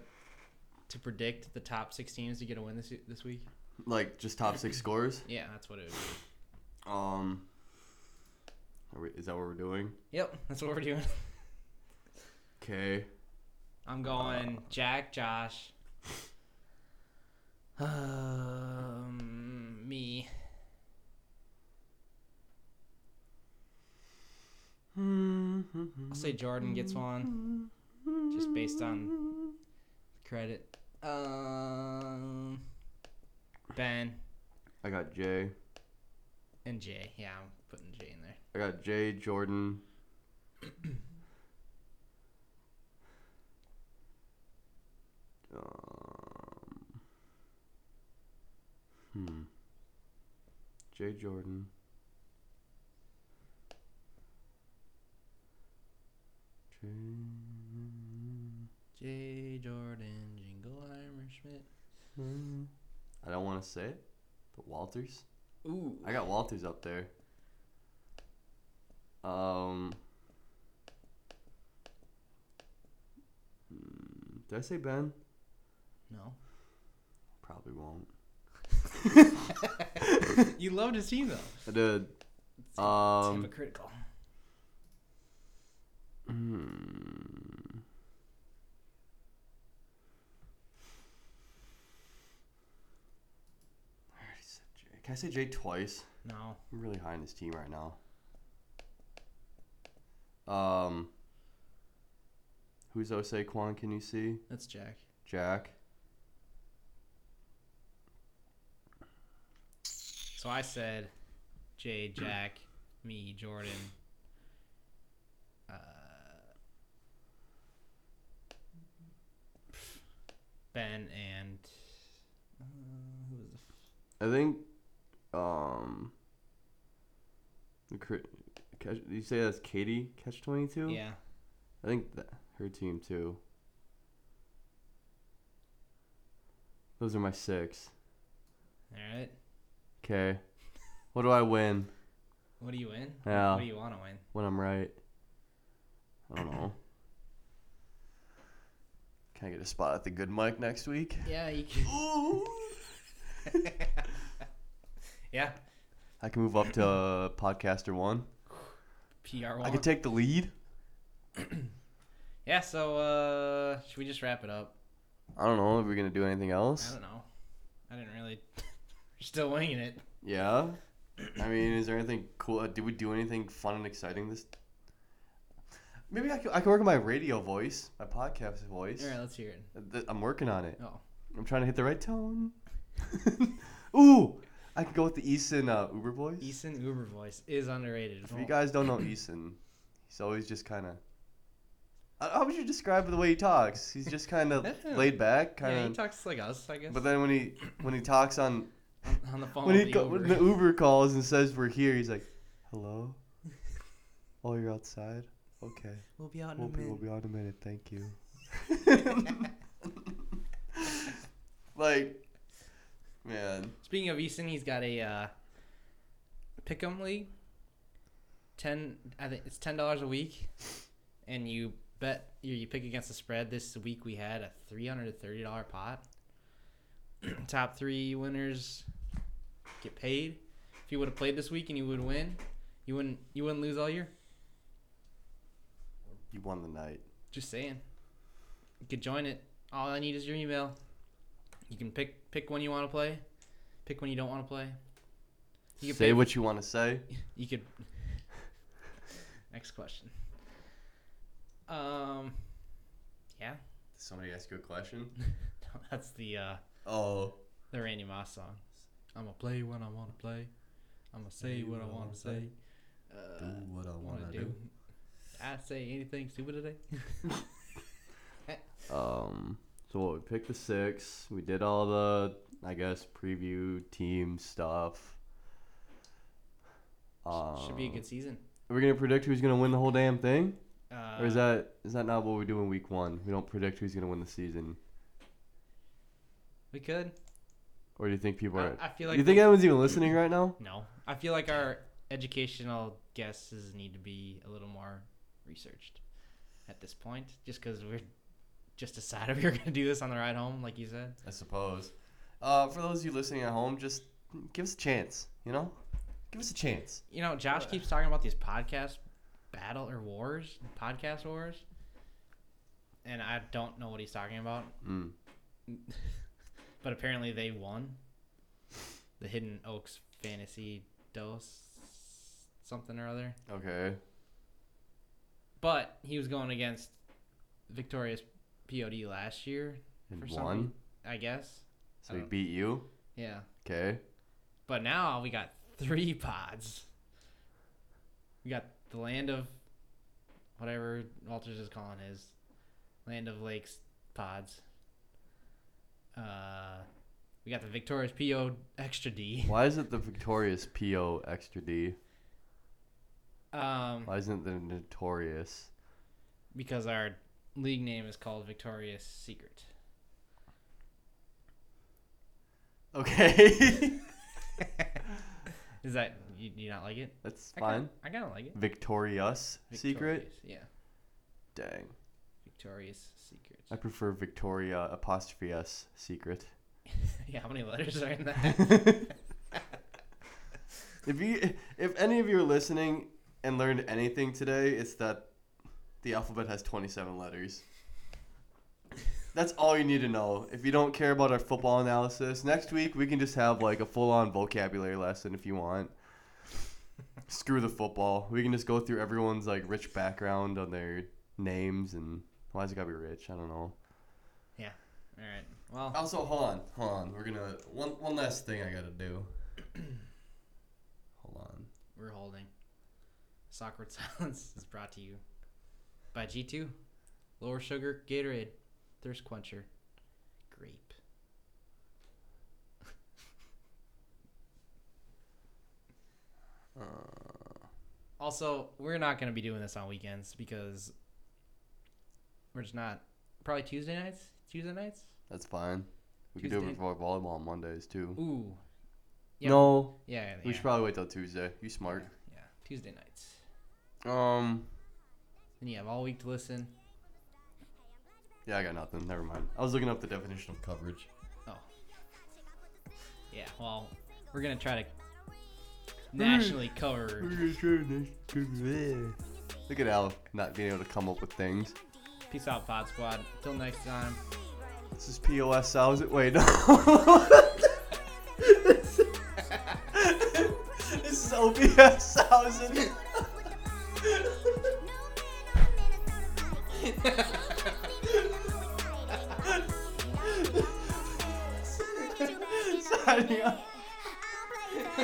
[SPEAKER 1] to predict the top six teams to get a win this this week?
[SPEAKER 2] Like just top six scores.
[SPEAKER 1] Yeah, that's what it would be.
[SPEAKER 2] Um, are we, is that what we're doing?
[SPEAKER 1] Yep, that's what we're doing.
[SPEAKER 2] Okay.
[SPEAKER 1] I'm going Jack, Josh, um, me. I'll say Jordan gets one, just based on credit. Um, Ben
[SPEAKER 2] I got Jay.
[SPEAKER 1] and Jay. Yeah, I'm putting Jay in there.
[SPEAKER 2] I got Jay Jordan. um, hmm. Jay Jordan. Jay. hmm,
[SPEAKER 1] Jay Jordan, Jingleheimer Schmidt.
[SPEAKER 2] hmm. I don't want to say it, but Walters.
[SPEAKER 1] Ooh,
[SPEAKER 2] I got Walters up there. Um. mm, Did I say Ben?
[SPEAKER 1] no.
[SPEAKER 2] Probably won't.
[SPEAKER 1] You loved his team though.
[SPEAKER 2] I did.
[SPEAKER 1] It's
[SPEAKER 2] Um.
[SPEAKER 1] hypocritical.
[SPEAKER 2] hmm. I already said Jay. Can I say Jay twice?
[SPEAKER 1] No.
[SPEAKER 2] I'm really high on this team right now. Um, who's Osei Kwan? Can you see
[SPEAKER 1] That's Jack.
[SPEAKER 2] Jack?
[SPEAKER 1] So I said Jay, Jack, me, Jordan. Uh, ben and uh, who was the f-
[SPEAKER 2] I think. Um, the cri- catch, did you say that's Katie catch twenty two?
[SPEAKER 1] yeah
[SPEAKER 2] I think that her team too. Those are my six.
[SPEAKER 1] all right
[SPEAKER 2] Okay, what do I win
[SPEAKER 1] what do you win
[SPEAKER 2] Yeah.
[SPEAKER 1] what do you want to win
[SPEAKER 2] when I'm right? I don't know. Can I get a spot at the good mic next week?
[SPEAKER 1] yeah you can yeah
[SPEAKER 2] I can move up to uh, podcaster one.
[SPEAKER 1] pr
[SPEAKER 2] I
[SPEAKER 1] one
[SPEAKER 2] could take the lead.
[SPEAKER 1] yeah so uh should we just wrap it up
[SPEAKER 2] I don't know if we're gonna do anything
[SPEAKER 1] i
[SPEAKER 2] else.
[SPEAKER 1] don't know i didn't really We're still winging it
[SPEAKER 2] Yeah. I mean, is there anything cool? uh, Did we do anything fun and exciting this? Maybe I could, I could work on my radio voice, my podcast voice.
[SPEAKER 1] all right let's hear it
[SPEAKER 2] Th- I'm working on it.
[SPEAKER 1] oh
[SPEAKER 2] I'm trying to hit the right tone. Ooh, I could go with the Eason uh, Uber voice.
[SPEAKER 1] Eason Uber voice is underrated.
[SPEAKER 2] If you guys don't know Eason, he's always just kind of. How would you describe the way he talks? He's just kind of
[SPEAKER 1] Yeah.
[SPEAKER 2] laid back,
[SPEAKER 1] yeah, he
[SPEAKER 2] kind of.
[SPEAKER 1] talks like us, I guess.
[SPEAKER 2] but then when he when he talks on
[SPEAKER 1] on, on the phone
[SPEAKER 2] when
[SPEAKER 1] with
[SPEAKER 2] he
[SPEAKER 1] the
[SPEAKER 2] go,
[SPEAKER 1] Uber.
[SPEAKER 2] when the Uber calls and says we're here, he's like, "Hello, oh you're outside. Okay,
[SPEAKER 1] we'll be out in
[SPEAKER 2] we'll
[SPEAKER 1] a
[SPEAKER 2] be, we'll
[SPEAKER 1] minute.
[SPEAKER 2] be out in a minute. Thank you." Like, man.
[SPEAKER 1] Speaking of Easton, he's got a uh, pick'em league. Ten, I think it's ten dollars a week, and you bet you, you pick against the spread. This week we had a three hundred and thirty dollar pot. Top three winners get paid. If you would have played this week and you would win, you wouldn't you wouldn't lose all year.
[SPEAKER 2] You won the night.
[SPEAKER 1] Just saying. You could join it. All I need is your email. You can pick pick when you want to play, pick when you don't want to play. You can
[SPEAKER 2] Say
[SPEAKER 1] pay-
[SPEAKER 2] what you want to say.
[SPEAKER 1] You could. Next question. Um, yeah,
[SPEAKER 4] Somebody ask you a question?
[SPEAKER 1] No, that's the uh,
[SPEAKER 4] Oh.
[SPEAKER 1] the Randy Moss song. I'm gonna play when I wanna play. I'm gonna say what I wanna say. Uh,
[SPEAKER 4] what I
[SPEAKER 1] wanna do. I say anything stupid today.
[SPEAKER 2] Um, so what, we picked the six. We did all the, I guess, preview team stuff. Um,
[SPEAKER 1] Should be a good season.
[SPEAKER 2] We're gonna predict who's gonna win the whole damn thing,
[SPEAKER 1] Uh,
[SPEAKER 2] or is that is that not what we do in week one? We don't predict who's gonna win the season,
[SPEAKER 1] we could?
[SPEAKER 2] or do you think people
[SPEAKER 1] I-
[SPEAKER 2] are?
[SPEAKER 1] I feel
[SPEAKER 2] you
[SPEAKER 1] like
[SPEAKER 2] think anyone's even listening right now?
[SPEAKER 1] No, I feel like our educational guesses need to be a little more researched at this point, just because we're just decided we were gonna do this on the ride home, like you said.
[SPEAKER 4] I suppose.
[SPEAKER 2] Uh, for those of you listening at home, just give us a chance. You know, give us a chance.
[SPEAKER 1] You know, Josh keeps talking about these podcast battle or wars, podcast wars, and I don't know what he's talking about.
[SPEAKER 2] Mm.
[SPEAKER 1] But apparently they won the Hidden Oaks Fantasy Dose something or other.
[SPEAKER 2] Okay.
[SPEAKER 1] But he was going against Victorious POD last year
[SPEAKER 2] And
[SPEAKER 1] for
[SPEAKER 2] one,
[SPEAKER 1] some reason, I guess.
[SPEAKER 2] so
[SPEAKER 1] I
[SPEAKER 2] we
[SPEAKER 1] don't-
[SPEAKER 2] beat you.
[SPEAKER 1] Yeah.
[SPEAKER 2] Okay.
[SPEAKER 1] But now we got three pods. We got the land of whatever Walters is calling his land of lakes pods. Uh, we got the Victorious PO extra D.
[SPEAKER 2] Why is it the victorious PO extra D?
[SPEAKER 1] Um,
[SPEAKER 2] Why isn't it the notorious?
[SPEAKER 1] because our league name is called Victorious Secret.
[SPEAKER 2] Okay.
[SPEAKER 1] Is that you? you not like it?
[SPEAKER 2] That's
[SPEAKER 1] I kinda-
[SPEAKER 2] fine.
[SPEAKER 1] I kind of like it.
[SPEAKER 2] Victorious Secret?
[SPEAKER 1] Victorious, Yeah.
[SPEAKER 2] Dang.
[SPEAKER 1] Victorious Secret.
[SPEAKER 2] I prefer Victoria apostrophe S Secret.
[SPEAKER 1] yeah, how many letters are in that?
[SPEAKER 2] If you if any of you are listening and learned anything today, it's that the alphabet has 27 letters. That's all you need to know. If you don't care about our football analysis, next week we can just have like a full-on vocabulary lesson if you want. Screw the football. We can just go through everyone's like rich background on their names and why's it gotta be rich? I don't know.
[SPEAKER 1] yeah. All right. Well,
[SPEAKER 4] Also, hold on, hold on. We're gonna one one last thing I gotta do. hold on.
[SPEAKER 1] we're holding. Soccer Silence is brought to you by G2, Lower Sugar, Gatorade, Thirst Quencher, Grape.
[SPEAKER 2] Uh.
[SPEAKER 1] Also, we're not going to be doing this on weekends because we're just not. Probably Tuesday nights? Tuesday nights?
[SPEAKER 2] That's fine. We can do it
[SPEAKER 1] Tuesday.
[SPEAKER 2] before volleyball on Mondays too.
[SPEAKER 1] Ooh. Yeah,
[SPEAKER 2] No,
[SPEAKER 1] Yeah, yeah,
[SPEAKER 2] we should probably wait till Tuesday. You smart.
[SPEAKER 1] yeah. Tuesday nights.
[SPEAKER 2] Um,
[SPEAKER 1] And you have all week to listen.
[SPEAKER 2] yeah, I got nothing. Never mind. I was looking up the definition of coverage.
[SPEAKER 1] Oh. Yeah, well, we're going to try to nationally cover
[SPEAKER 2] Look at Al not being able to come up with things.
[SPEAKER 1] Peace Out Pod Squad. Till next time.
[SPEAKER 2] This is POS. I was wait. No. this is OBS. Thousand. Signing up.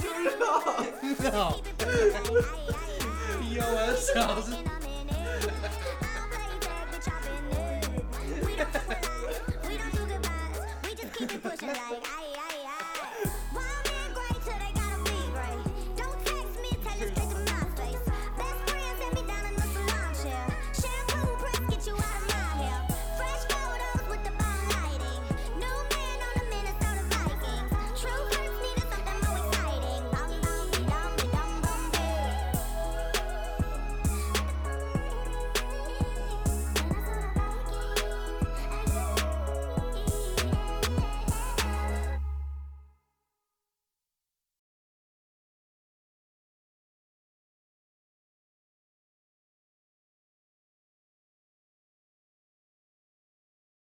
[SPEAKER 2] Turn it off.
[SPEAKER 1] No. POS houses.
[SPEAKER 3] We don't do goodbyes, we just keep it pushing like I